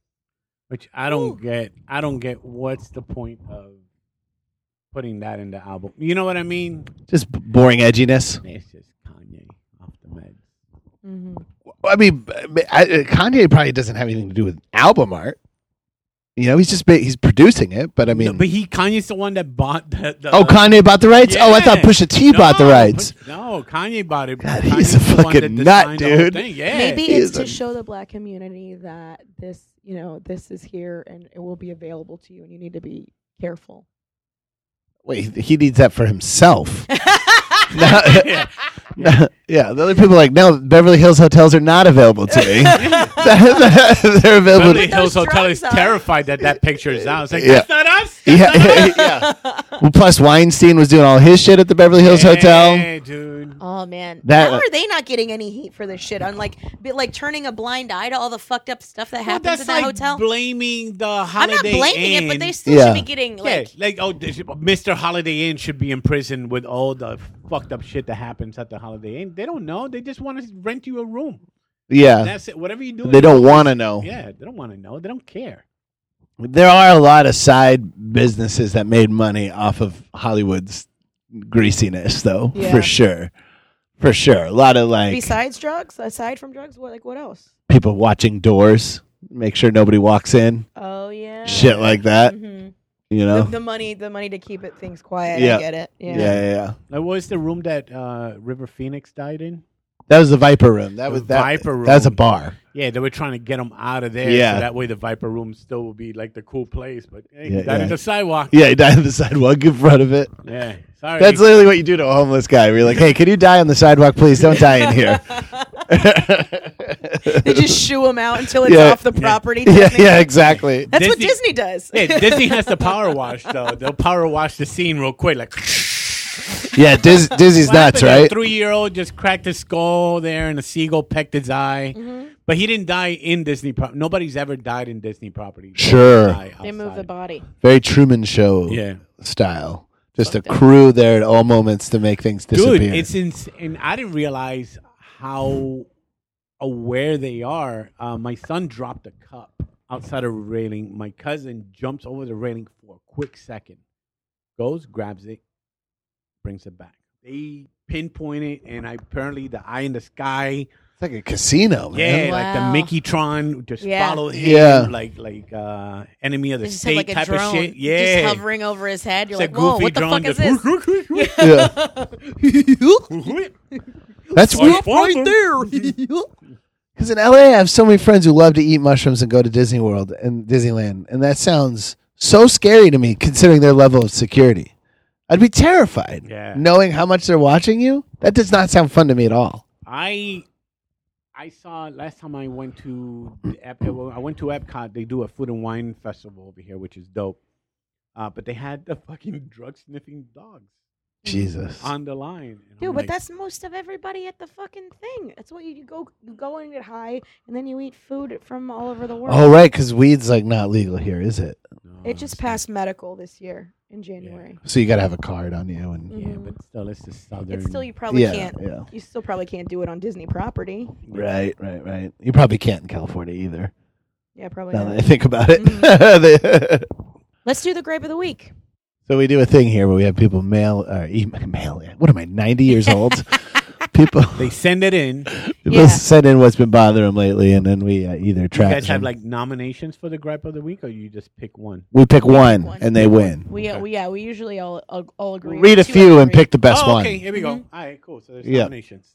Speaker 8: Which I don't get. I don't get. What's the point of putting that in the album? You know what I mean?
Speaker 7: Just b- boring edginess.
Speaker 8: It's just Kanye off the meds.
Speaker 5: Mm-hmm.
Speaker 7: I mean, b- b- I, uh, Kanye probably doesn't have anything to do with album art. You know, he's just ba- he's producing it, but I mean,
Speaker 8: No, but he Kanye's the one that bought the. the
Speaker 7: Um, oh, Kanye bought the rights. Oh, I thought
Speaker 8: Yeah.
Speaker 7: Pusha T bought the
Speaker 8: No,
Speaker 7: rights.
Speaker 8: Push- no, Kanye bought it.
Speaker 7: God,
Speaker 8: Kanye's
Speaker 7: he's a
Speaker 8: the one
Speaker 7: fucking
Speaker 8: that
Speaker 7: nut,
Speaker 8: designed the whole
Speaker 7: dude.
Speaker 8: thing. Yeah.
Speaker 5: Maybe
Speaker 7: he
Speaker 5: it's
Speaker 7: is
Speaker 5: to
Speaker 7: a-
Speaker 5: show the black community that this, you know, this is here and it will be available to you and you need to be careful.
Speaker 7: Wait, he he needs that for himself. No,
Speaker 8: Yeah.
Speaker 7: no, yeah, the other people are like, no, Beverly Hills hotels are not available to me. They're available.
Speaker 8: Beverly
Speaker 7: to-
Speaker 8: Hills
Speaker 5: those
Speaker 8: Hotel
Speaker 5: drugs
Speaker 8: is
Speaker 5: are-
Speaker 8: terrified that that picture is out. It's like,
Speaker 7: Yeah.
Speaker 8: that's not us. That's
Speaker 7: yeah,
Speaker 8: not us.
Speaker 7: yeah. Well, plus Weinstein was doing all his shit at the Beverly Hills Hotel.
Speaker 8: Hey, dude.
Speaker 5: Oh man,
Speaker 7: That- uh,
Speaker 5: how are they not getting any heat for this shit? On like, be, like turning a blind eye to all the fucked up stuff that
Speaker 8: Well,
Speaker 5: happens
Speaker 8: that's
Speaker 5: in that
Speaker 8: like
Speaker 5: hotel.
Speaker 8: blaming the
Speaker 5: I'm
Speaker 8: Holiday
Speaker 5: not blaming it, but
Speaker 8: Inn.
Speaker 5: they still
Speaker 7: Yeah.
Speaker 5: should be getting
Speaker 8: Yeah,
Speaker 5: like.
Speaker 8: like oh, this- Mr. Holiday Inn should be in prison with all the fucked up shit that happens at the Holiday Inn. They don't know. They just want to rent you a room.
Speaker 7: Yeah,
Speaker 8: That's it. Whatever you do,
Speaker 7: they don't want to know.
Speaker 8: Yeah, they don't want to know. They don't care.
Speaker 7: There are a lot of side businesses that made money off of Hollywood's greasiness, though,
Speaker 5: Yeah.
Speaker 7: for sure, for sure. A lot of like
Speaker 5: Besides drugs, aside from drugs, what like what else?
Speaker 7: people watching doors, make sure nobody walks in,
Speaker 5: Oh yeah,
Speaker 7: shit like that.
Speaker 5: Mhm.
Speaker 7: You
Speaker 5: The,
Speaker 7: know?
Speaker 5: the money, the money to keep it things quiet.
Speaker 7: Yeah.
Speaker 5: I get it. Yeah.
Speaker 7: yeah, yeah, yeah.
Speaker 8: Like, what was the room that uh, River Phoenix died in?
Speaker 7: That was the Viper Room. That
Speaker 8: The
Speaker 7: was that,
Speaker 8: Viper Room.
Speaker 7: That was a bar.
Speaker 8: Yeah, they were trying to get him out of there.
Speaker 7: Yeah.
Speaker 8: so that way the Viper Room still would be like the cool place. But hey,
Speaker 7: Yeah,
Speaker 8: he died
Speaker 7: yeah.
Speaker 8: in the sidewalk.
Speaker 7: Yeah, he died on the sidewalk in front of it.
Speaker 8: Yeah, sorry.
Speaker 7: That's literally what you do to a homeless guy. Where you're like, "Hey, can you die on the sidewalk, please? Don't die in here."
Speaker 5: They just shoo them out until it's
Speaker 7: Yeah.
Speaker 5: off the property.
Speaker 7: yeah,
Speaker 5: technically.
Speaker 7: yeah, exactly.
Speaker 5: That's what
Speaker 8: Disney-
Speaker 5: Disney does.
Speaker 8: yeah, Disney has to power wash though. They'll power wash the scene real quick, like.
Speaker 7: Yeah, Diz, Dizzy's nuts, right?
Speaker 8: Three year old just cracked his skull there, and a seagull pecked his eye.
Speaker 5: Mm-hmm.
Speaker 8: But he didn't die in Disney. Pro- Nobody's ever died in Disney property. They
Speaker 7: Sure.
Speaker 8: die
Speaker 5: They move the
Speaker 8: outside.
Speaker 5: body.
Speaker 7: Very Truman Show
Speaker 8: Yeah,
Speaker 7: style. Just a crew there at all moments to make things disappear.
Speaker 8: dude, it's ins- and I didn't realize how aware they are. Uh, my son dropped a cup outside of a railing. My cousin jumps over the railing for a quick second, goes, grabs it, brings it back. They pinpoint it, and apparently the eye in the sky.
Speaker 7: It's like a casino, man.
Speaker 8: Yeah, like the
Speaker 5: Wow.
Speaker 8: Mickey Tron just
Speaker 5: Yeah.
Speaker 8: followed him,
Speaker 7: Yeah.
Speaker 8: like like uh, enemy of the
Speaker 5: They just have
Speaker 8: state
Speaker 5: like a
Speaker 8: type of
Speaker 5: drone
Speaker 8: shit.
Speaker 5: just
Speaker 8: Yeah,
Speaker 5: hovering over his head. You're
Speaker 8: It's a
Speaker 5: like, whoa, what the fuck is this?
Speaker 8: just-
Speaker 7: Yeah. That's weird.
Speaker 8: right there.
Speaker 7: Because in LA, I have so many friends who love to eat mushrooms and go to Disney World and Disneyland, and that sounds so scary to me considering their level of security. I'd be terrified
Speaker 8: Yeah.
Speaker 7: knowing how much they're watching you. That does not sound fun to me at all.
Speaker 8: I I saw last time I went to the Ep- uh, I went to Epcot. They do a food and wine festival over here, which is dope. Uh, but they had the fucking drug sniffing dogs
Speaker 7: Jesus.
Speaker 8: on the line. And
Speaker 5: Dude,
Speaker 8: I'm
Speaker 5: but
Speaker 8: like,
Speaker 5: that's most of everybody at the fucking thing. That's what you, you go you go and get high, and then you eat food from all over the world.
Speaker 7: Oh right, because weed's like not legal here, is it?
Speaker 8: no,
Speaker 5: It just
Speaker 8: it's
Speaker 5: passed medical this year in January.
Speaker 7: So you got to have a card on you and
Speaker 8: not- Yeah, but still, it's the southern.
Speaker 5: Mm-hmm. It's still you probably
Speaker 7: yeah,
Speaker 5: can't.
Speaker 7: yeah.
Speaker 5: You still probably can't do it on Disney property.
Speaker 7: Right, right, right. You probably can't in California either.
Speaker 5: Yeah, probably.
Speaker 7: Now that I
Speaker 5: Not.
Speaker 7: think about it.
Speaker 5: Mm-hmm. Let's do the grape of the week.
Speaker 7: so we do a thing here where we have people mail or email. mail in. What am I? Ninety years old. people
Speaker 8: They send it in.
Speaker 7: people
Speaker 5: Yeah.
Speaker 7: send in what's been bothering them lately, and then we uh, either
Speaker 8: You
Speaker 7: track.
Speaker 8: guys have
Speaker 7: them.
Speaker 8: like nominations for the gripe of the week, or you just pick one.
Speaker 7: we pick one,
Speaker 5: one.
Speaker 7: and they win.
Speaker 5: We, uh, we yeah, we usually all all, all agree.
Speaker 7: Read a
Speaker 5: Two
Speaker 7: few
Speaker 5: out of
Speaker 7: and
Speaker 5: three.
Speaker 7: pick the best
Speaker 8: oh,
Speaker 7: one.
Speaker 8: okay. Here we go.
Speaker 5: Mm-hmm.
Speaker 8: All right, cool. So there's
Speaker 7: Yeah.
Speaker 8: nominations.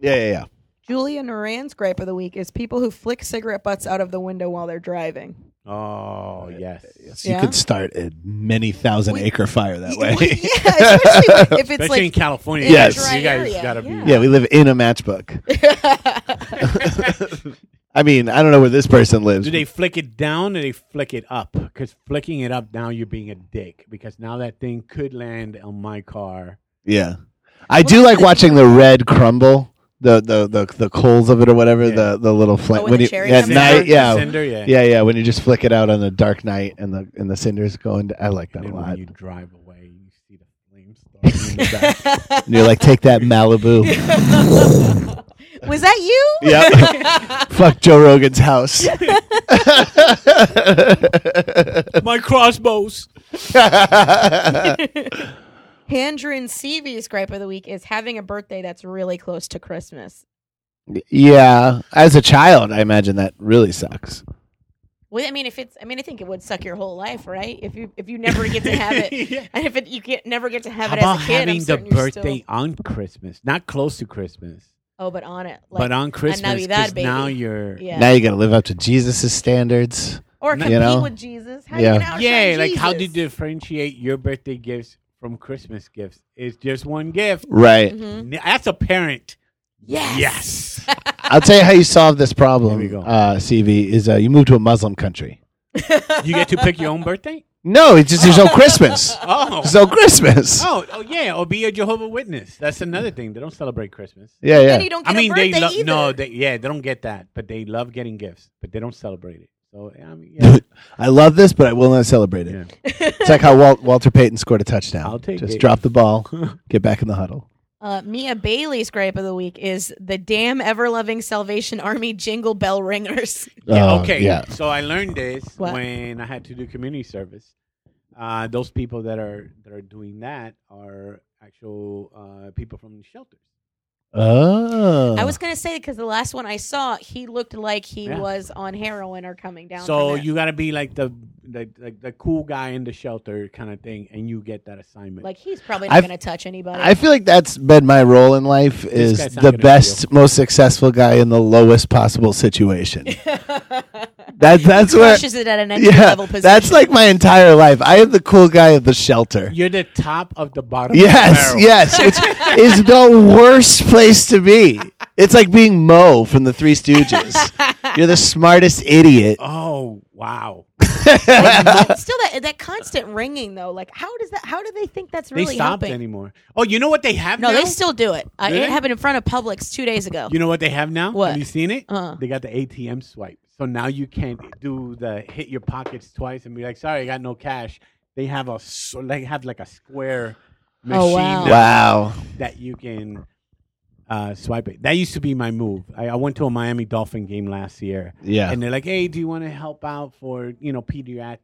Speaker 7: Yeah, yeah, yeah.
Speaker 5: Julia Naran's grape of the week is people who flick cigarette butts out of the window while they're driving.
Speaker 7: Uh,
Speaker 8: Oh yes.
Speaker 7: So
Speaker 5: Yeah.
Speaker 7: You could start a many thousand acre fire that way.
Speaker 5: yeah, especially like, if it's
Speaker 8: Especially in
Speaker 5: like
Speaker 8: California.
Speaker 5: in a
Speaker 7: Yes.
Speaker 5: dry
Speaker 8: You guys
Speaker 5: area,
Speaker 8: gotta be-
Speaker 5: yeah.
Speaker 7: yeah, we live in a matchbook. I mean, I don't know where this person lives.
Speaker 8: Do they flick it down or they flick it up? Because flicking it up now, you're being a dick. Because now that thing could land on my car.
Speaker 7: Yeah, I do like watching the red crumble, the the the, the coals of it or whatever,
Speaker 8: Yeah.
Speaker 7: the the little flame
Speaker 5: Oh, when the
Speaker 7: you
Speaker 5: cherry
Speaker 7: at
Speaker 5: comes
Speaker 7: night.
Speaker 5: out?
Speaker 7: Yeah,
Speaker 8: Cinder, yeah.
Speaker 7: yeah, yeah. When you just flick it out on a dark night and the and the cinders go into. I like that
Speaker 8: And
Speaker 7: a
Speaker 8: then
Speaker 7: lot.
Speaker 8: when you drive away, you see the flames starting in the back.
Speaker 7: and you're like, take that Malibu.
Speaker 5: Was that you?
Speaker 7: yep. Fuck Joe Rogan's house.
Speaker 8: my crossbows.
Speaker 5: Handrin Seavey's gripe of the week is having a birthday that's really close to Christmas.
Speaker 7: yeah, as a child, I imagine that really sucks.
Speaker 5: Well, I mean, if it's, I mean, I think it would suck your whole life, right? If you if you never get to have it,
Speaker 8: Yeah.
Speaker 5: and if it, you get never get to have
Speaker 8: How
Speaker 5: it as
Speaker 8: about
Speaker 5: a kid, I'm
Speaker 8: having the
Speaker 5: certain you're still-
Speaker 8: birthday on Christmas? Not close to Christmas,
Speaker 5: oh, but on it,
Speaker 8: but on Christmas.
Speaker 5: Navidad,
Speaker 8: 'cause now
Speaker 5: baby.
Speaker 8: you're.
Speaker 5: yeah,
Speaker 7: Now you got to live up to Jesus' standards.
Speaker 5: or
Speaker 8: you
Speaker 5: compete
Speaker 7: know?
Speaker 5: with Jesus. How
Speaker 7: Yeah.
Speaker 5: you gonna
Speaker 8: Yeah,
Speaker 5: outshine
Speaker 8: like how do you
Speaker 5: Oh, Jesus?
Speaker 8: differentiate your birthday gifts from Christmas gifts? It's just one gift.
Speaker 5: Mm-hmm.
Speaker 7: Right.
Speaker 8: That's a parent.
Speaker 5: Yes.
Speaker 8: Yes.
Speaker 7: I'll tell you how you solve this problem,
Speaker 8: Here we go.
Speaker 7: uh, CV, is uh, you move to a Muslim country.
Speaker 8: you get to pick your own birthday?
Speaker 7: No, it's just there's no Christmas.
Speaker 8: Oh.
Speaker 7: There's no Christmas.
Speaker 8: Oh, oh yeah, or be a Jehovah Witness. That's another thing. They don't celebrate Christmas.
Speaker 7: Yeah,
Speaker 5: Then
Speaker 7: yeah.
Speaker 5: you don't
Speaker 8: I
Speaker 5: get
Speaker 8: mean,
Speaker 5: a
Speaker 8: they
Speaker 5: birthday
Speaker 8: love
Speaker 5: either.
Speaker 8: no, they yeah, they don't get that, but they love getting gifts, but they don't celebrate it. So I mean, yeah,
Speaker 7: I love this, but I will not celebrate it. It's like how Walt, Walter Payton scored a touchdown.
Speaker 8: I'll take
Speaker 7: just
Speaker 8: it.
Speaker 7: drop the ball, get back in the huddle.
Speaker 5: Uh, Mia Bailey's gripe of the week is the damn ever loving Salvation Army jingle bell ringers.
Speaker 8: Uh, Yeah,
Speaker 7: Oh,
Speaker 8: okay.
Speaker 7: Yeah.
Speaker 8: So I learned this
Speaker 5: What?
Speaker 8: when I had to do community service. Uh, those people that are that are doing that are actual uh, people from the shelters.
Speaker 7: Oh.
Speaker 5: I was gonna say because the last one I saw, he looked like he
Speaker 8: Yeah.
Speaker 5: was on heroin or coming down.
Speaker 8: so
Speaker 5: from it.
Speaker 8: you got to be like the, the like the cool guy in the shelter kind of thing, and you get that assignment.
Speaker 5: like he's probably not
Speaker 7: I've-
Speaker 5: gonna touch anybody.
Speaker 7: I feel like that's been my role in life is
Speaker 8: guy's not
Speaker 7: the
Speaker 8: gonna
Speaker 7: best, most successful guy in the lowest possible situation. that, that's where
Speaker 5: Crushes it at an entry
Speaker 7: yeah,
Speaker 5: level position.
Speaker 7: that's like my entire life. I am the cool guy at the shelter.
Speaker 8: You're the top of the bottom.
Speaker 7: Yes,
Speaker 8: of the barrel.
Speaker 7: yes. It's, it's the worst place to be. It's like being Mo from the Three Stooges. You're the smartest idiot.
Speaker 8: Oh wow!
Speaker 5: But still that that constant ringing though. Like how does that? How do they think that's
Speaker 8: They
Speaker 5: really
Speaker 8: stopped
Speaker 5: helping?
Speaker 8: anymore. Oh, you know what they have
Speaker 5: no,
Speaker 8: now?
Speaker 5: they still do it. Uh,
Speaker 8: Do
Speaker 5: it
Speaker 8: they?
Speaker 5: happened in front of Publix two days ago.
Speaker 8: You know what they have now?
Speaker 5: What?
Speaker 8: Have you seen it?
Speaker 5: Uh-uh.
Speaker 8: They got the ATM swipe. So now you can't do the hit your pockets twice and be like, "Sorry, I got no cash." They have a so they have like a square machine
Speaker 5: Oh, wow.
Speaker 8: that,
Speaker 7: Wow.
Speaker 8: that you can uh, swipe it. That used to be my move. I, I went to a Miami Dolphin game last year.
Speaker 7: Yeah.
Speaker 8: and they're like, "Hey, do you want to help out for you know pediatric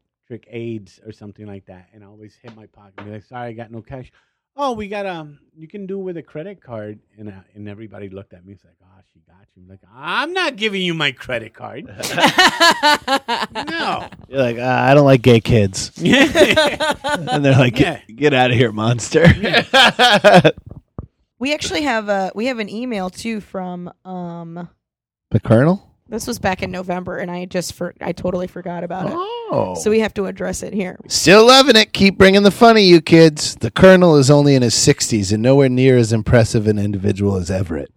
Speaker 8: AIDS or something like that?" And I always hit my pocket and be like, "Sorry, I got no cash." Oh, we got um, you can do with a credit card, and uh, and everybody looked at me. It's like, "Oh, she got you." I'm like, I'm not giving you my credit card. no.
Speaker 7: You're like, "Ah, I don't like gay kids. And they're like, get,
Speaker 8: Yeah.
Speaker 7: get out of here, monster.
Speaker 5: we actually have a we have an email too from um
Speaker 7: the Colonel?
Speaker 5: This was back in November, and I just for I totally forgot about it.
Speaker 7: Oh.
Speaker 5: So we have to address it here.
Speaker 7: Still loving it. Keep bringing the funny, you kids. The Colonel is only in his 60s and nowhere near as impressive an individual as Everett.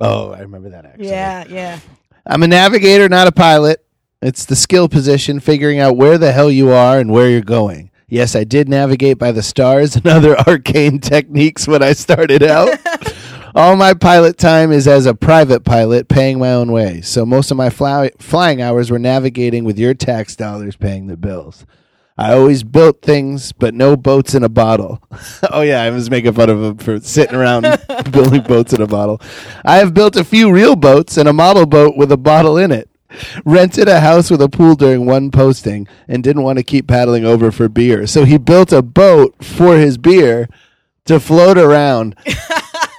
Speaker 7: Oh, I remember that actually.
Speaker 5: Yeah, yeah.
Speaker 7: I'm a navigator, not a pilot. It's the skill position, figuring out where the hell you are and where you're going. Yes, I did navigate by the stars and other arcane techniques when I started out. All my pilot time is as a private pilot, paying my own way. So most of my fly- flying hours were navigating with your tax dollars paying the bills. I always built things, but no boats in a bottle. oh yeah, I was making fun of him for sitting around building boats in a bottle. I have built a few real boats and a model boat with a bottle in it. Rented a house with a pool during one posting and didn't want to keep paddling over for beer. So he built a boat for his beer to float around.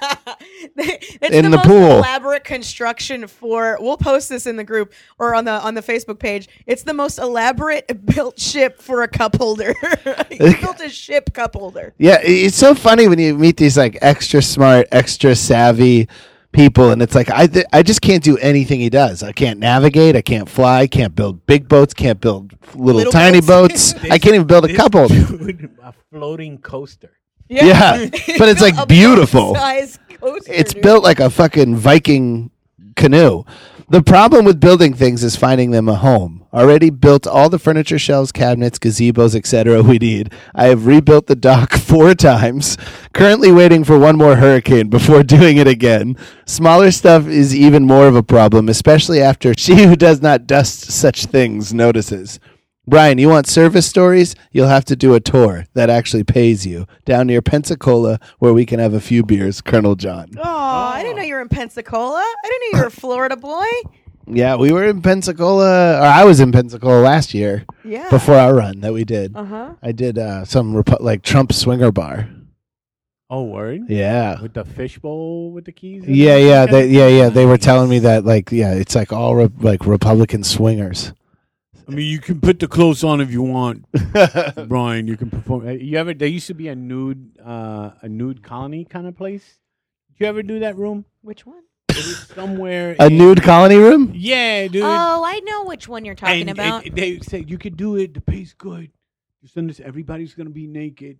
Speaker 5: That's
Speaker 7: In the
Speaker 5: most
Speaker 7: pool.
Speaker 5: elaborate construction for. We'll post this in the group or on the on the Facebook page. It's the most elaborate built ship for a cup holder. he built a ship cup holder.
Speaker 7: Yeah, i- it's so funny when you meet these like extra smart, extra savvy people, and it's like I th- I just can't do anything he does. I can't navigate. I can't fly. Can't build big boats. Can't build little,
Speaker 5: Little
Speaker 7: tiny
Speaker 5: boats.
Speaker 7: boats. I can't even build a
Speaker 8: This
Speaker 7: couple.
Speaker 8: dude, a floating coaster.
Speaker 7: Yeah, but it's like beautiful.
Speaker 5: Size coaster,
Speaker 7: It's
Speaker 5: dude.
Speaker 7: built like a fucking Viking canoe. The problem with building things is finding them a home. Already built all the furniture shelves, cabinets, gazebos, etc. we need. I have rebuilt the dock four times. Currently waiting for one more hurricane before doing it again. Smaller stuff is even more of a problem, especially after she who does not dust such things notices. Brian, you want service stories? You'll have to do a tour that actually pays you down near Pensacola where we can have a few beers, Colonel John.
Speaker 5: Oh, I didn't know you were in Pensacola. I didn't know you were a Florida boy.
Speaker 7: Yeah, we were in Pensacola, or I was in Pensacola last year
Speaker 5: Yeah.
Speaker 7: before our run that we did.
Speaker 5: Uh huh.
Speaker 7: I did uh, some Repu- like Trump swinger bar.
Speaker 8: Oh, word.
Speaker 7: Yeah.
Speaker 8: With the fishbowl with the keys. in
Speaker 7: Yeah,
Speaker 8: it?
Speaker 7: yeah, they, yeah, yeah. They were telling me that, like, yeah, it's like all re- like Republican swingers.
Speaker 8: I mean, you can put the clothes on if you want, Brian. You can perform. uh, You ever? There used to be a nude, uh, a nude colony kind of place. Did you ever do that room?
Speaker 5: Which one?
Speaker 8: It was somewhere.
Speaker 7: A
Speaker 8: in-
Speaker 7: nude colony room?
Speaker 8: Yeah, dude.
Speaker 5: Oh, I know which one you're talking
Speaker 8: And it-
Speaker 5: about.
Speaker 8: they said you could do it. The pay's good. Just understand, everybody's gonna be naked.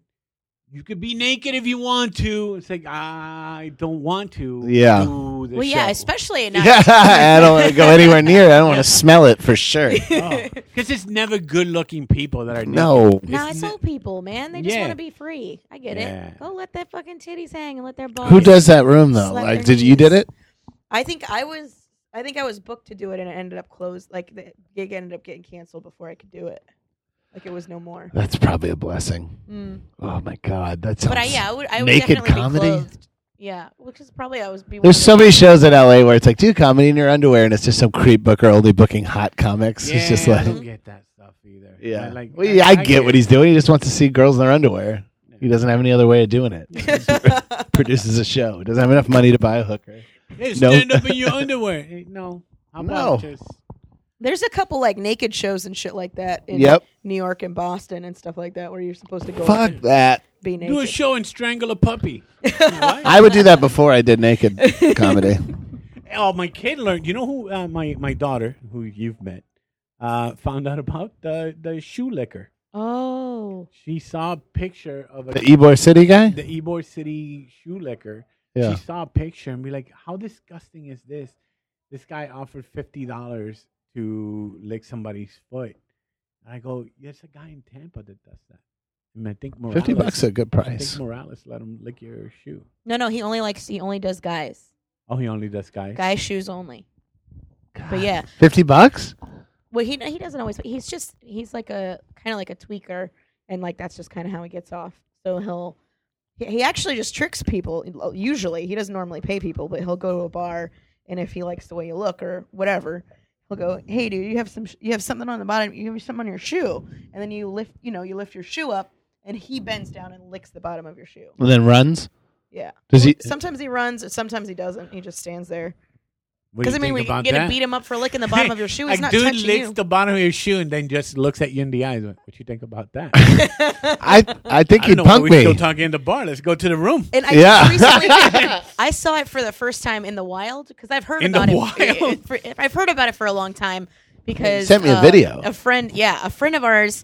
Speaker 8: You could be naked if you want to. It's like I don't want to.
Speaker 7: Yeah.
Speaker 8: do the
Speaker 5: well, yeah,
Speaker 8: show."
Speaker 5: especially now.
Speaker 7: Yeah, I don't want to go anywhere near it. I don't want to smell it for sure.
Speaker 5: Oh.
Speaker 8: Because it's never good-looking people that are naked.
Speaker 7: No.
Speaker 1: No, it's
Speaker 8: ne-
Speaker 1: old people, man. They just
Speaker 8: Yeah.
Speaker 1: want to be free. I get
Speaker 8: Yeah.
Speaker 1: it. Go let that fucking titties hang and let their balls.
Speaker 7: Who does that room though?
Speaker 5: Slap
Speaker 7: Like,
Speaker 5: their
Speaker 7: did you did
Speaker 5: knees.
Speaker 7: it?
Speaker 5: I think I was. I think I was booked to do it, and it ended up closed. Like the gig ended up getting canceled before I could do it. Like it was no more.
Speaker 7: That's probably a blessing.
Speaker 5: Mm.
Speaker 7: Oh my god, that's
Speaker 5: But I, yeah, I would. I would
Speaker 7: Naked
Speaker 5: definitely
Speaker 7: comedy?
Speaker 5: be clothed. Yeah, which is probably I was. Be one
Speaker 7: There's
Speaker 5: of
Speaker 7: so
Speaker 5: the-
Speaker 7: many shows in LA where it's like, do comedy in your underwear, and it's just some creep booker only booking hot comics.
Speaker 8: Yeah,
Speaker 7: it's just
Speaker 8: I
Speaker 7: like,
Speaker 8: don't get that stuff either.
Speaker 7: yeah,
Speaker 8: I like
Speaker 7: Well, yeah, I, get, what he's doing. He just wants to see girls in their underwear. He doesn't have any other way of doing it. Produces a show. Doesn't have enough money to buy a hooker.
Speaker 8: Hey,
Speaker 7: No.
Speaker 8: stand up in your underwear. Hey, no, how about
Speaker 7: No.
Speaker 8: just
Speaker 5: There's a couple like naked shows and shit like that in
Speaker 7: Yep.
Speaker 5: New York and Boston and stuff like that where you're supposed to go
Speaker 7: Fuck that.
Speaker 5: be
Speaker 8: do a
Speaker 5: naked.
Speaker 8: show and strangle a puppy?
Speaker 7: I would do that before I did naked comedy.
Speaker 8: Oh, my kid learned. You know who? Uh, my my daughter, who you've met, uh, found out about the the shoe licker.
Speaker 1: Oh,
Speaker 8: She saw a picture of a,
Speaker 7: The E-, Ybor City guy.
Speaker 8: the Ybor City shoe licker.
Speaker 7: Yeah.
Speaker 8: She saw a picture and be like, "How disgusting is this?" This guy offered fifty dollars to lick somebody's foot. And I go, "There's a guy in Tampa that does that." And I think Morales,
Speaker 7: Fifty bucks a good
Speaker 8: I
Speaker 7: price.
Speaker 8: think Morales let him lick your shoe.
Speaker 1: no, no. He only likes. He only does guys.
Speaker 8: Oh, he only does guys.
Speaker 1: Guy shoes only. But yeah,
Speaker 7: Fifty bucks?
Speaker 1: well, he he doesn't always. He's just he's like a kind of like a tweaker,
Speaker 5: and like that's just kind of how he gets off. So he'll he- he actually just tricks people. Usually, he doesn't normally pay people, but he'll go to a bar and if he likes the way you look or whatever, he'll go, "Hey, dude, you have some sh- you have something on the bottom. You have something on your shoe." And then you lift, you know, you lift your shoe up, and he bends down and licks the bottom of your shoe.
Speaker 7: And then runs.
Speaker 5: Yeah.
Speaker 7: Does he?
Speaker 5: Sometimes he runs, sometimes he doesn't. He just stands there.
Speaker 8: What do
Speaker 5: Because
Speaker 8: you
Speaker 5: I mean,
Speaker 8: think
Speaker 5: when you
Speaker 8: about
Speaker 5: get
Speaker 8: that?
Speaker 5: to beat him up for licking the bottom of your shoe,
Speaker 8: a
Speaker 5: he's not
Speaker 8: dude
Speaker 5: touching
Speaker 8: licks
Speaker 5: you.
Speaker 8: the bottom of your shoe and then just looks at you in the eyes. What you think about that?
Speaker 7: I I think
Speaker 8: I
Speaker 7: he'd
Speaker 8: don't know.
Speaker 7: punk
Speaker 8: we're
Speaker 7: me.
Speaker 8: still talking in the bar. Let's go to the room.
Speaker 5: and I
Speaker 7: Yeah.
Speaker 5: recently, I saw it for the first time in the wild because I've heard
Speaker 8: In the
Speaker 5: about it.
Speaker 8: wild?
Speaker 5: for- I've heard about it for a long time because
Speaker 7: Sent me a
Speaker 5: uh,
Speaker 7: video.
Speaker 5: A friend, yeah, a friend of ours,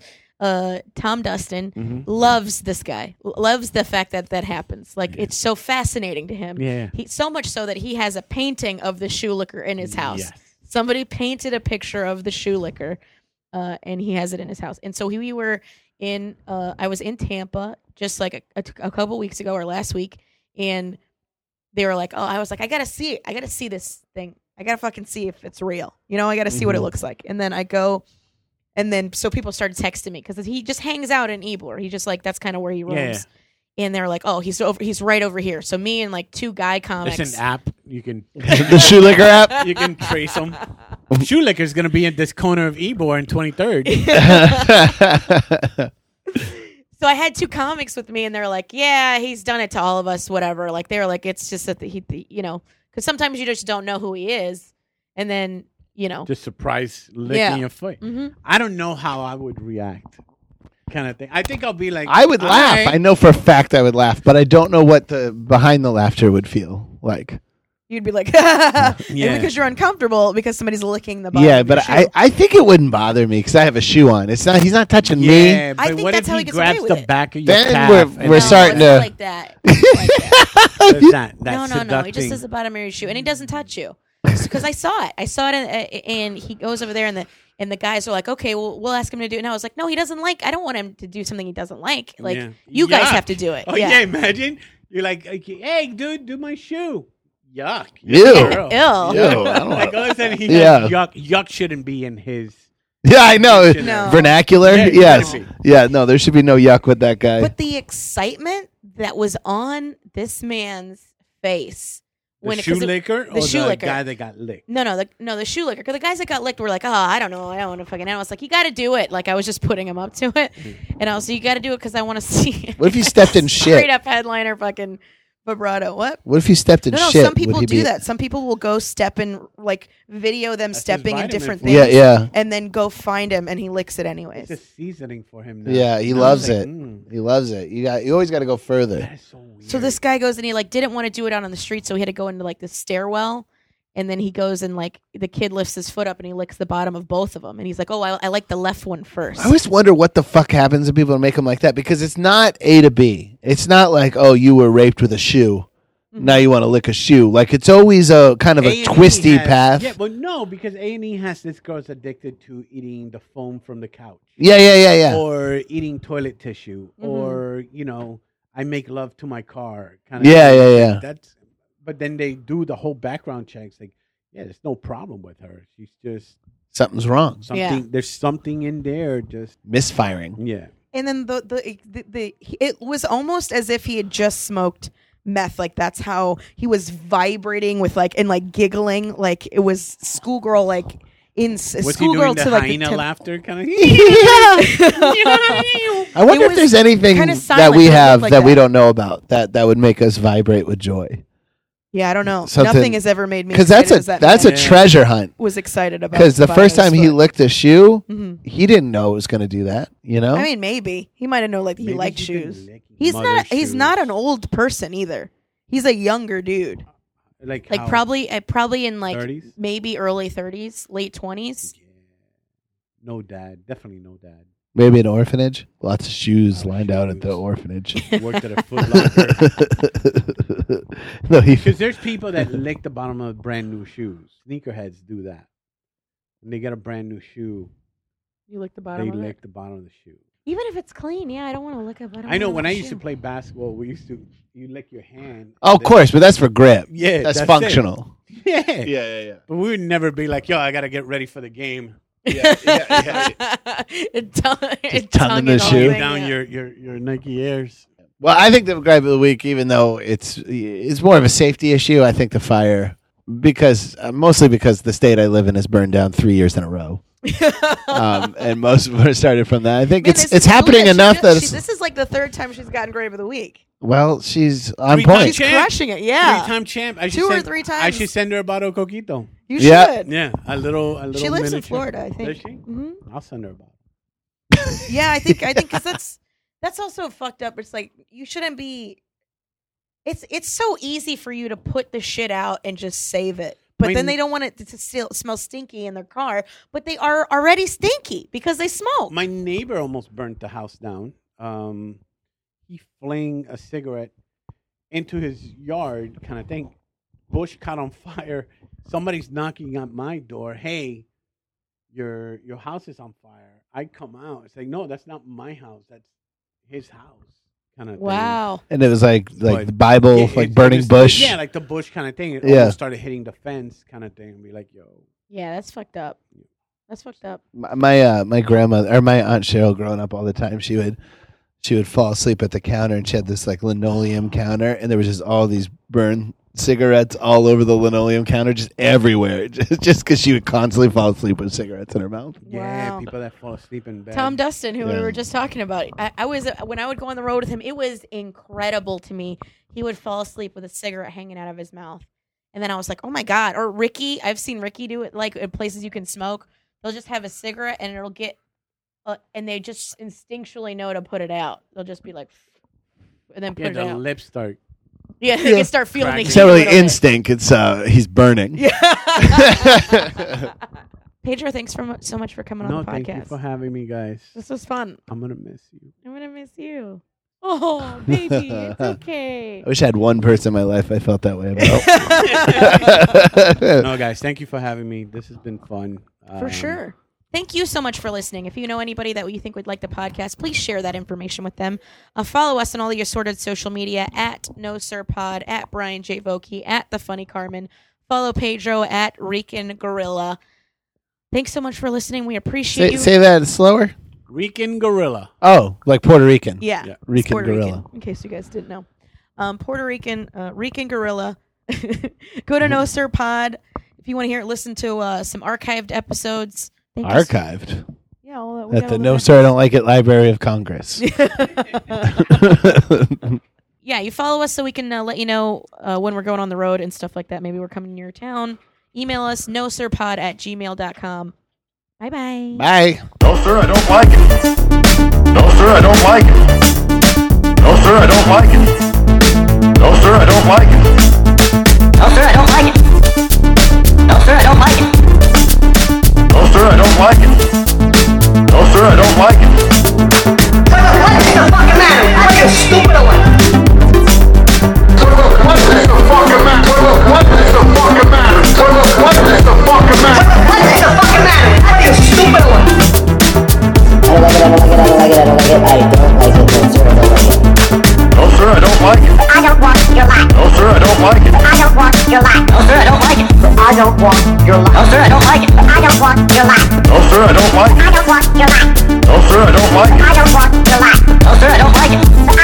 Speaker 5: uh, Tom Dustin,
Speaker 7: Mm-hmm.
Speaker 5: loves this guy. L- Loves the fact that that happens. Like it's so fascinating to him.
Speaker 8: Yeah.
Speaker 5: he, so much so that he has a painting of the shoe licker in his house.
Speaker 8: Yes.
Speaker 5: Somebody painted a picture of the shoe licker, uh, and he has it in his house. And so we were in. Uh, I was in Tampa just like a, a- a couple weeks ago or last week, and they were like, "Oh, I was like, I gotta see, it. I gotta see this thing. I gotta fucking see if it's real. You know, I gotta see what it
Speaker 8: Mm-hmm.
Speaker 5: looks like." And then I go, and then so people started texting me because he just hangs out in Ybor. He just like that's kind of where he
Speaker 8: Yeah.
Speaker 5: roams. And they're like, "Oh, he's over. He's right over here." So me and like two guy comics.
Speaker 8: It's an app. You can
Speaker 7: the shoe licker app.
Speaker 8: you can trace them. Shoe licker's gonna be in this corner of Ebor in 23rd.
Speaker 5: so I had two comics with me, and they're like, "Yeah, he's done it to all of us, whatever." Like they're like, "It's just that he, the, you know, because sometimes you just don't know who he is, and then you know,
Speaker 8: Just surprise licking
Speaker 5: Yeah.
Speaker 8: your foot.
Speaker 5: Mhm.
Speaker 8: I don't know how I would react. Kind of thing. I think I'll be like
Speaker 7: I would
Speaker 8: "All
Speaker 7: laugh.
Speaker 8: right."
Speaker 7: I know for a fact I would laugh, but I don't know what the behind the laughter would feel like.
Speaker 5: you'd be like, yeah.
Speaker 8: Yeah.
Speaker 5: because you're uncomfortable because somebody's licking the bottom."
Speaker 7: Yeah,
Speaker 5: of
Speaker 7: but
Speaker 5: your shoe.
Speaker 7: I, I think it wouldn't bother me because I have a shoe on. It's not. He's not touching me.
Speaker 8: Yeah, but
Speaker 5: I think
Speaker 8: what
Speaker 5: that's
Speaker 8: if
Speaker 5: how
Speaker 8: he,
Speaker 5: he gets away
Speaker 8: grabs
Speaker 5: with
Speaker 8: the
Speaker 5: it.
Speaker 8: back of your
Speaker 7: Then
Speaker 8: calf?
Speaker 7: we're-
Speaker 8: and
Speaker 7: we're
Speaker 8: it's
Speaker 7: starting
Speaker 5: it's
Speaker 7: to-
Speaker 5: like that. It's like that.
Speaker 8: That, that
Speaker 5: no, no, no. He just
Speaker 8: seducting-
Speaker 5: says the bottom of your shoe, and he doesn't touch you because I saw it. I saw it, in, uh, and he goes over there, and the and the guys are like, "Okay, well, we'll ask him to do." it. And I was like, "No, he doesn't like. I don't want him to do something he doesn't like. Like
Speaker 8: Yeah.
Speaker 5: you guys
Speaker 8: Yuck.
Speaker 5: have to do it."
Speaker 8: Oh yeah. imagine you're like, okay, hey, dude, do my shoe. Yuck.
Speaker 7: Ew.
Speaker 8: Girl.
Speaker 5: Ew.
Speaker 7: Yo, I don't wanna-
Speaker 8: Like all of a sudden he
Speaker 7: Yeah.
Speaker 8: has yuck. Yuck shouldn't be in his.
Speaker 7: yeah, I know.
Speaker 8: No.
Speaker 7: Vernacular.
Speaker 8: Yeah,
Speaker 7: yes.
Speaker 8: exactly.
Speaker 7: Yeah. No, there should be no yuck with that guy.
Speaker 5: But the excitement that was on this man's face
Speaker 8: The
Speaker 5: when it-
Speaker 8: shoe
Speaker 5: 'cause it-
Speaker 8: licker or
Speaker 5: the shoe
Speaker 8: the
Speaker 5: licker.
Speaker 8: guy that got licked.
Speaker 5: No, no, the, no, the shoe licker. Because the guys that got licked were like, oh, I don't know. I don't want to fucking. And I was like, you got to do it. Like, I was just putting him up to it. And I was like, you got to do it because I want to see it.
Speaker 7: Hmm. what if you stepped in
Speaker 5: Straight
Speaker 7: shit?
Speaker 5: up headliner fucking vibrato. What?
Speaker 7: What if you stepped in
Speaker 5: No, no,
Speaker 7: shit?
Speaker 5: some
Speaker 7: Would
Speaker 5: people
Speaker 7: he
Speaker 5: do
Speaker 7: be-
Speaker 5: that. Some people will go step in, like, video them
Speaker 8: That's his
Speaker 5: stepping in
Speaker 8: vitamin
Speaker 5: different
Speaker 8: for-
Speaker 5: things.
Speaker 7: Yeah, yeah,
Speaker 5: And then go find him, and he licks it anyways.
Speaker 8: It's a seasoning for him now.
Speaker 7: yeah. He
Speaker 8: I was
Speaker 7: loves
Speaker 8: like,
Speaker 7: it.
Speaker 8: mm,
Speaker 7: He loves it. You got. You always got to go further.
Speaker 8: that's so weird.
Speaker 5: So this guy goes and he like didn't want to do it out on the street, so he had to go into like the stairwell, and then he goes and like the kid lifts his foot up and he licks the bottom of both of them, and he's like, "Oh, I, I like the left one first.
Speaker 7: I always wonder what the fuck happens to people to make them like that because it's not A to B. It's not like oh you were raped with a shoe,
Speaker 5: Mm-hmm.
Speaker 7: now you want to lick a shoe. Like it's always a kind of a
Speaker 5: E
Speaker 8: A&E
Speaker 7: twisty
Speaker 8: has-
Speaker 7: path.
Speaker 8: Yeah, but no, because A and E has this girl's addicted to eating the foam from the couch,
Speaker 7: yeah, yeah, yeah, yeah.
Speaker 8: or eating toilet tissue,
Speaker 5: Mm-hmm.
Speaker 8: or you know, I make love to my car. Kind
Speaker 7: Yeah, yeah, yeah.
Speaker 8: That's. But then they do the whole background checks. Like, yeah, there's no problem with her. She's just
Speaker 7: Something's wrong.
Speaker 8: something. There's something in there. Just
Speaker 7: Misfiring.
Speaker 8: yeah.
Speaker 5: And then the, the the the it was almost as if he had just smoked meth. Like that's how he was vibrating with like and like giggling. Like it was schoolgirl like in
Speaker 8: Was he
Speaker 5: schoolgirl
Speaker 8: doing the
Speaker 5: to like
Speaker 8: hyena laughter kind of?
Speaker 7: I wonder if
Speaker 5: was
Speaker 7: there's anything
Speaker 5: kinda
Speaker 7: that
Speaker 5: silent,
Speaker 7: we
Speaker 5: it looked
Speaker 7: have
Speaker 5: like
Speaker 7: that, we
Speaker 5: that.
Speaker 7: don't know about that that would make us vibrate with joy.
Speaker 5: yeah, I don't know.
Speaker 7: Something-
Speaker 5: Nothing has ever made me
Speaker 7: Because that's
Speaker 5: excited
Speaker 7: a
Speaker 5: as that
Speaker 7: that's
Speaker 5: man
Speaker 7: a
Speaker 8: Yeah.
Speaker 7: treasure hunt.
Speaker 5: was excited about.
Speaker 7: Because the
Speaker 5: buying
Speaker 7: first
Speaker 5: his
Speaker 7: time he
Speaker 5: foot.
Speaker 7: licked a shoe,
Speaker 5: Mhm.
Speaker 7: he didn't know it was going to do that. You know.
Speaker 5: I mean, maybe he might have known like he
Speaker 8: Maybe
Speaker 5: liked
Speaker 8: he didn't
Speaker 5: shoes.
Speaker 8: lick
Speaker 5: He's
Speaker 8: mother
Speaker 5: not. He's
Speaker 8: shoes.
Speaker 5: not an old person either. He's a younger dude.
Speaker 8: like
Speaker 5: Like
Speaker 8: how-
Speaker 5: probably, uh, probably in like
Speaker 8: 30s?
Speaker 5: maybe early thirties, late twenties.
Speaker 8: No dad, definitely no dad.
Speaker 7: Maybe an orphanage. Lots of shoes
Speaker 8: Lot of
Speaker 7: lined out at the
Speaker 8: shoes.
Speaker 7: orphanage.
Speaker 8: Worked at a Foot Locker.
Speaker 7: no, he.
Speaker 8: Because there's people that lick the bottom of brand new shoes. Sneakerheads do that. When they get a brand new shoe,
Speaker 1: You lick the
Speaker 8: they
Speaker 1: bottom of
Speaker 8: lick
Speaker 1: it.
Speaker 8: the bottom of the shoe.
Speaker 1: Even if it's clean, yeah, I don't want to lick a bottom.
Speaker 8: I know when I used to
Speaker 1: play.
Speaker 8: play basketball, we used to you lick your hand.
Speaker 7: Oh, of
Speaker 8: Then-
Speaker 7: course, but that's for grip.
Speaker 8: Yeah,
Speaker 7: that's,
Speaker 8: that's
Speaker 7: functional.
Speaker 8: it. Yeah.
Speaker 7: yeah, yeah.
Speaker 8: But we would never be like, yo, I gotta get ready for the game.
Speaker 5: it tongue, it
Speaker 7: tongue in
Speaker 5: tongue
Speaker 7: the
Speaker 5: it all
Speaker 7: shoe.
Speaker 5: thing
Speaker 8: Down
Speaker 5: out.
Speaker 8: your, your your Nike Airs.
Speaker 7: Well, I think the gripe of the week, even though it's it's more of a safety issue, I think the fire because uh, mostly because the state I live in has burned down three years in a row, um, and most of it started from that. I think
Speaker 5: Man,
Speaker 7: it's
Speaker 5: this
Speaker 7: it's
Speaker 5: is Julia.
Speaker 7: happening
Speaker 5: She
Speaker 7: enough
Speaker 5: just-
Speaker 7: that
Speaker 5: she-
Speaker 7: it's,
Speaker 5: this is like the third time she's gotten grave of the week.
Speaker 7: Well, she's on
Speaker 8: Three
Speaker 7: point.
Speaker 8: times champ.
Speaker 5: Crushing it, yeah.
Speaker 8: Three-time champ. I should
Speaker 5: Two or
Speaker 8: send-
Speaker 5: three
Speaker 8: I
Speaker 5: times.
Speaker 8: should send her a bottle of coquito.
Speaker 5: You
Speaker 7: Yeah.
Speaker 5: should.
Speaker 8: Yeah, a little, a little.
Speaker 5: She lives in
Speaker 8: miniature.
Speaker 5: Florida, I think.
Speaker 8: Does she?
Speaker 5: hmm
Speaker 8: I'll send her a bottle.
Speaker 5: Yeah, I think I think because that's that's also fucked up. It's like you shouldn't be. It's it's so easy for you to put the shit out and just save it, but
Speaker 8: When-
Speaker 5: then they don't want it to still smell stinky in their car. But they are already stinky because they smoke.
Speaker 8: My neighbor almost burnt the house down. Um, he fling a cigarette into his yard, kind of thing. Bush caught on fire. Somebody's knocking at my door. Hey, your your house is on fire. I come out. It's like, no, that's not my house. That's his house. Kind of.
Speaker 5: wow.
Speaker 7: and it was like like
Speaker 8: But-
Speaker 7: the Bible,
Speaker 8: Yeah,
Speaker 7: like
Speaker 8: it-
Speaker 7: burning
Speaker 8: it's-
Speaker 7: bush.
Speaker 8: Yeah, like the bush kind of thing. It
Speaker 7: Yeah.
Speaker 8: almost started hitting the fence kind of thing and be like, yo.
Speaker 5: Yeah, that's fucked up. That's fucked up.
Speaker 7: my my, uh, my grandmother or my aunt Cheryl, growing up all the time, she would she would fall asleep at the counter, and she had this like linoleum counter, and there was just all these burned cigarettes all over the linoleum counter, just everywhere, just just because she would constantly fall asleep with cigarettes in her mouth.
Speaker 5: Wow.
Speaker 8: Yeah, people that fall asleep in bed.
Speaker 5: Tom Dustin, who we
Speaker 7: Yeah.
Speaker 5: were just talking about, I, I was when I would go on the road with him, it was incredible to me. He would fall asleep with a cigarette hanging out of his mouth, and then I was like, "Oh my god!" Or Ricky, I've seen Ricky do it, like in places you can smoke. They'll just have a cigarette, and it'll get, uh, and they just instinctually know to put it out. They'll just be like, and then put
Speaker 8: yeah,
Speaker 5: it
Speaker 8: the
Speaker 5: out.
Speaker 8: lips start.
Speaker 5: yeah, they
Speaker 7: Yeah.
Speaker 5: can start feeling. the
Speaker 8: Crack.
Speaker 7: It's
Speaker 5: heat
Speaker 7: not
Speaker 5: a
Speaker 7: really
Speaker 5: little bit.
Speaker 7: instinct; it's uh, he's burning.
Speaker 5: Yeah. Pedro, thanks for mu- so much for coming
Speaker 8: No,
Speaker 5: on the
Speaker 8: thank you
Speaker 5: podcast.
Speaker 8: for having me, guys.
Speaker 5: this was fun.
Speaker 8: I'm gonna miss you.
Speaker 5: I'm gonna miss you. Oh, baby, it's okay.
Speaker 7: I wish I had one person in my life I felt that way about.
Speaker 8: No, guys, thank you for having me. This has been fun.
Speaker 5: For
Speaker 8: Um,
Speaker 5: sure. Thank you so much for listening. If you know anybody that you think would like the podcast, please share that information with them. Uh, follow us on all the assorted social media at No Sir Pod, at Brian J. Vokey, at The Funny Carmen. Follow Pedro at Rican Gorilla. Thanks so much for listening. We appreciate
Speaker 7: say,
Speaker 5: you.
Speaker 7: say that slower.
Speaker 8: Rican Gorilla.
Speaker 7: Oh, like Puerto Rican.
Speaker 5: yeah.
Speaker 8: Yeah.
Speaker 7: Rican
Speaker 5: Puerto
Speaker 7: gorilla.
Speaker 5: Rican, in case you guys didn't know. Um, Puerto Rican, uh, Rican gorilla. Go to No Sir Pod. If you want to hear it, listen to uh, some archived episodes. Thank you so-
Speaker 7: Archived
Speaker 5: Yeah, all that, we
Speaker 7: at
Speaker 5: got
Speaker 7: the
Speaker 5: all
Speaker 7: No
Speaker 5: that.
Speaker 7: Sir I Don't Like It Library of Congress.
Speaker 5: yeah, you follow us so we can uh, let you know uh, when we're going on the road and stuff like that. Maybe we're coming to your town. Email us no sirpod at gmail.com. Bye bye.
Speaker 7: Bye.
Speaker 2: No, sir, I don't like it. No, sir, I don't like it. No, sir, I don't like it. No, sir, I don't like it.
Speaker 4: No, sir, I don't like it. No, sir, I don't like it.
Speaker 2: No, sir, I don't like it. No, sir, I don't like it.
Speaker 4: What's the fucking matter? I think it's stupid or what?
Speaker 2: What is the fucking matter? What is the fucking matter? What is the
Speaker 4: What's
Speaker 2: fucking matter?
Speaker 4: the fucking matter? I think it's stupid or what?
Speaker 9: I don't like it, I don't like it, I don't like it, I don't like it, I don't like it, no, sir, I don't like it.
Speaker 2: No, sir, I don't like it.
Speaker 9: I don't want your life.
Speaker 2: No, sir, I don't like it.
Speaker 9: I don't want your life.
Speaker 4: No, Oh, sir, I don't like it.
Speaker 9: I don't want your
Speaker 4: No,
Speaker 9: life.
Speaker 4: sir, I don't like it.
Speaker 2: No, sir, I don't
Speaker 9: I don't want your life.
Speaker 2: like
Speaker 9: I
Speaker 2: it. No, sir, I don't like it.
Speaker 9: don't want your life. I don't
Speaker 4: No, Oh, sir, I don't like it. Oh,
Speaker 9: want your life. I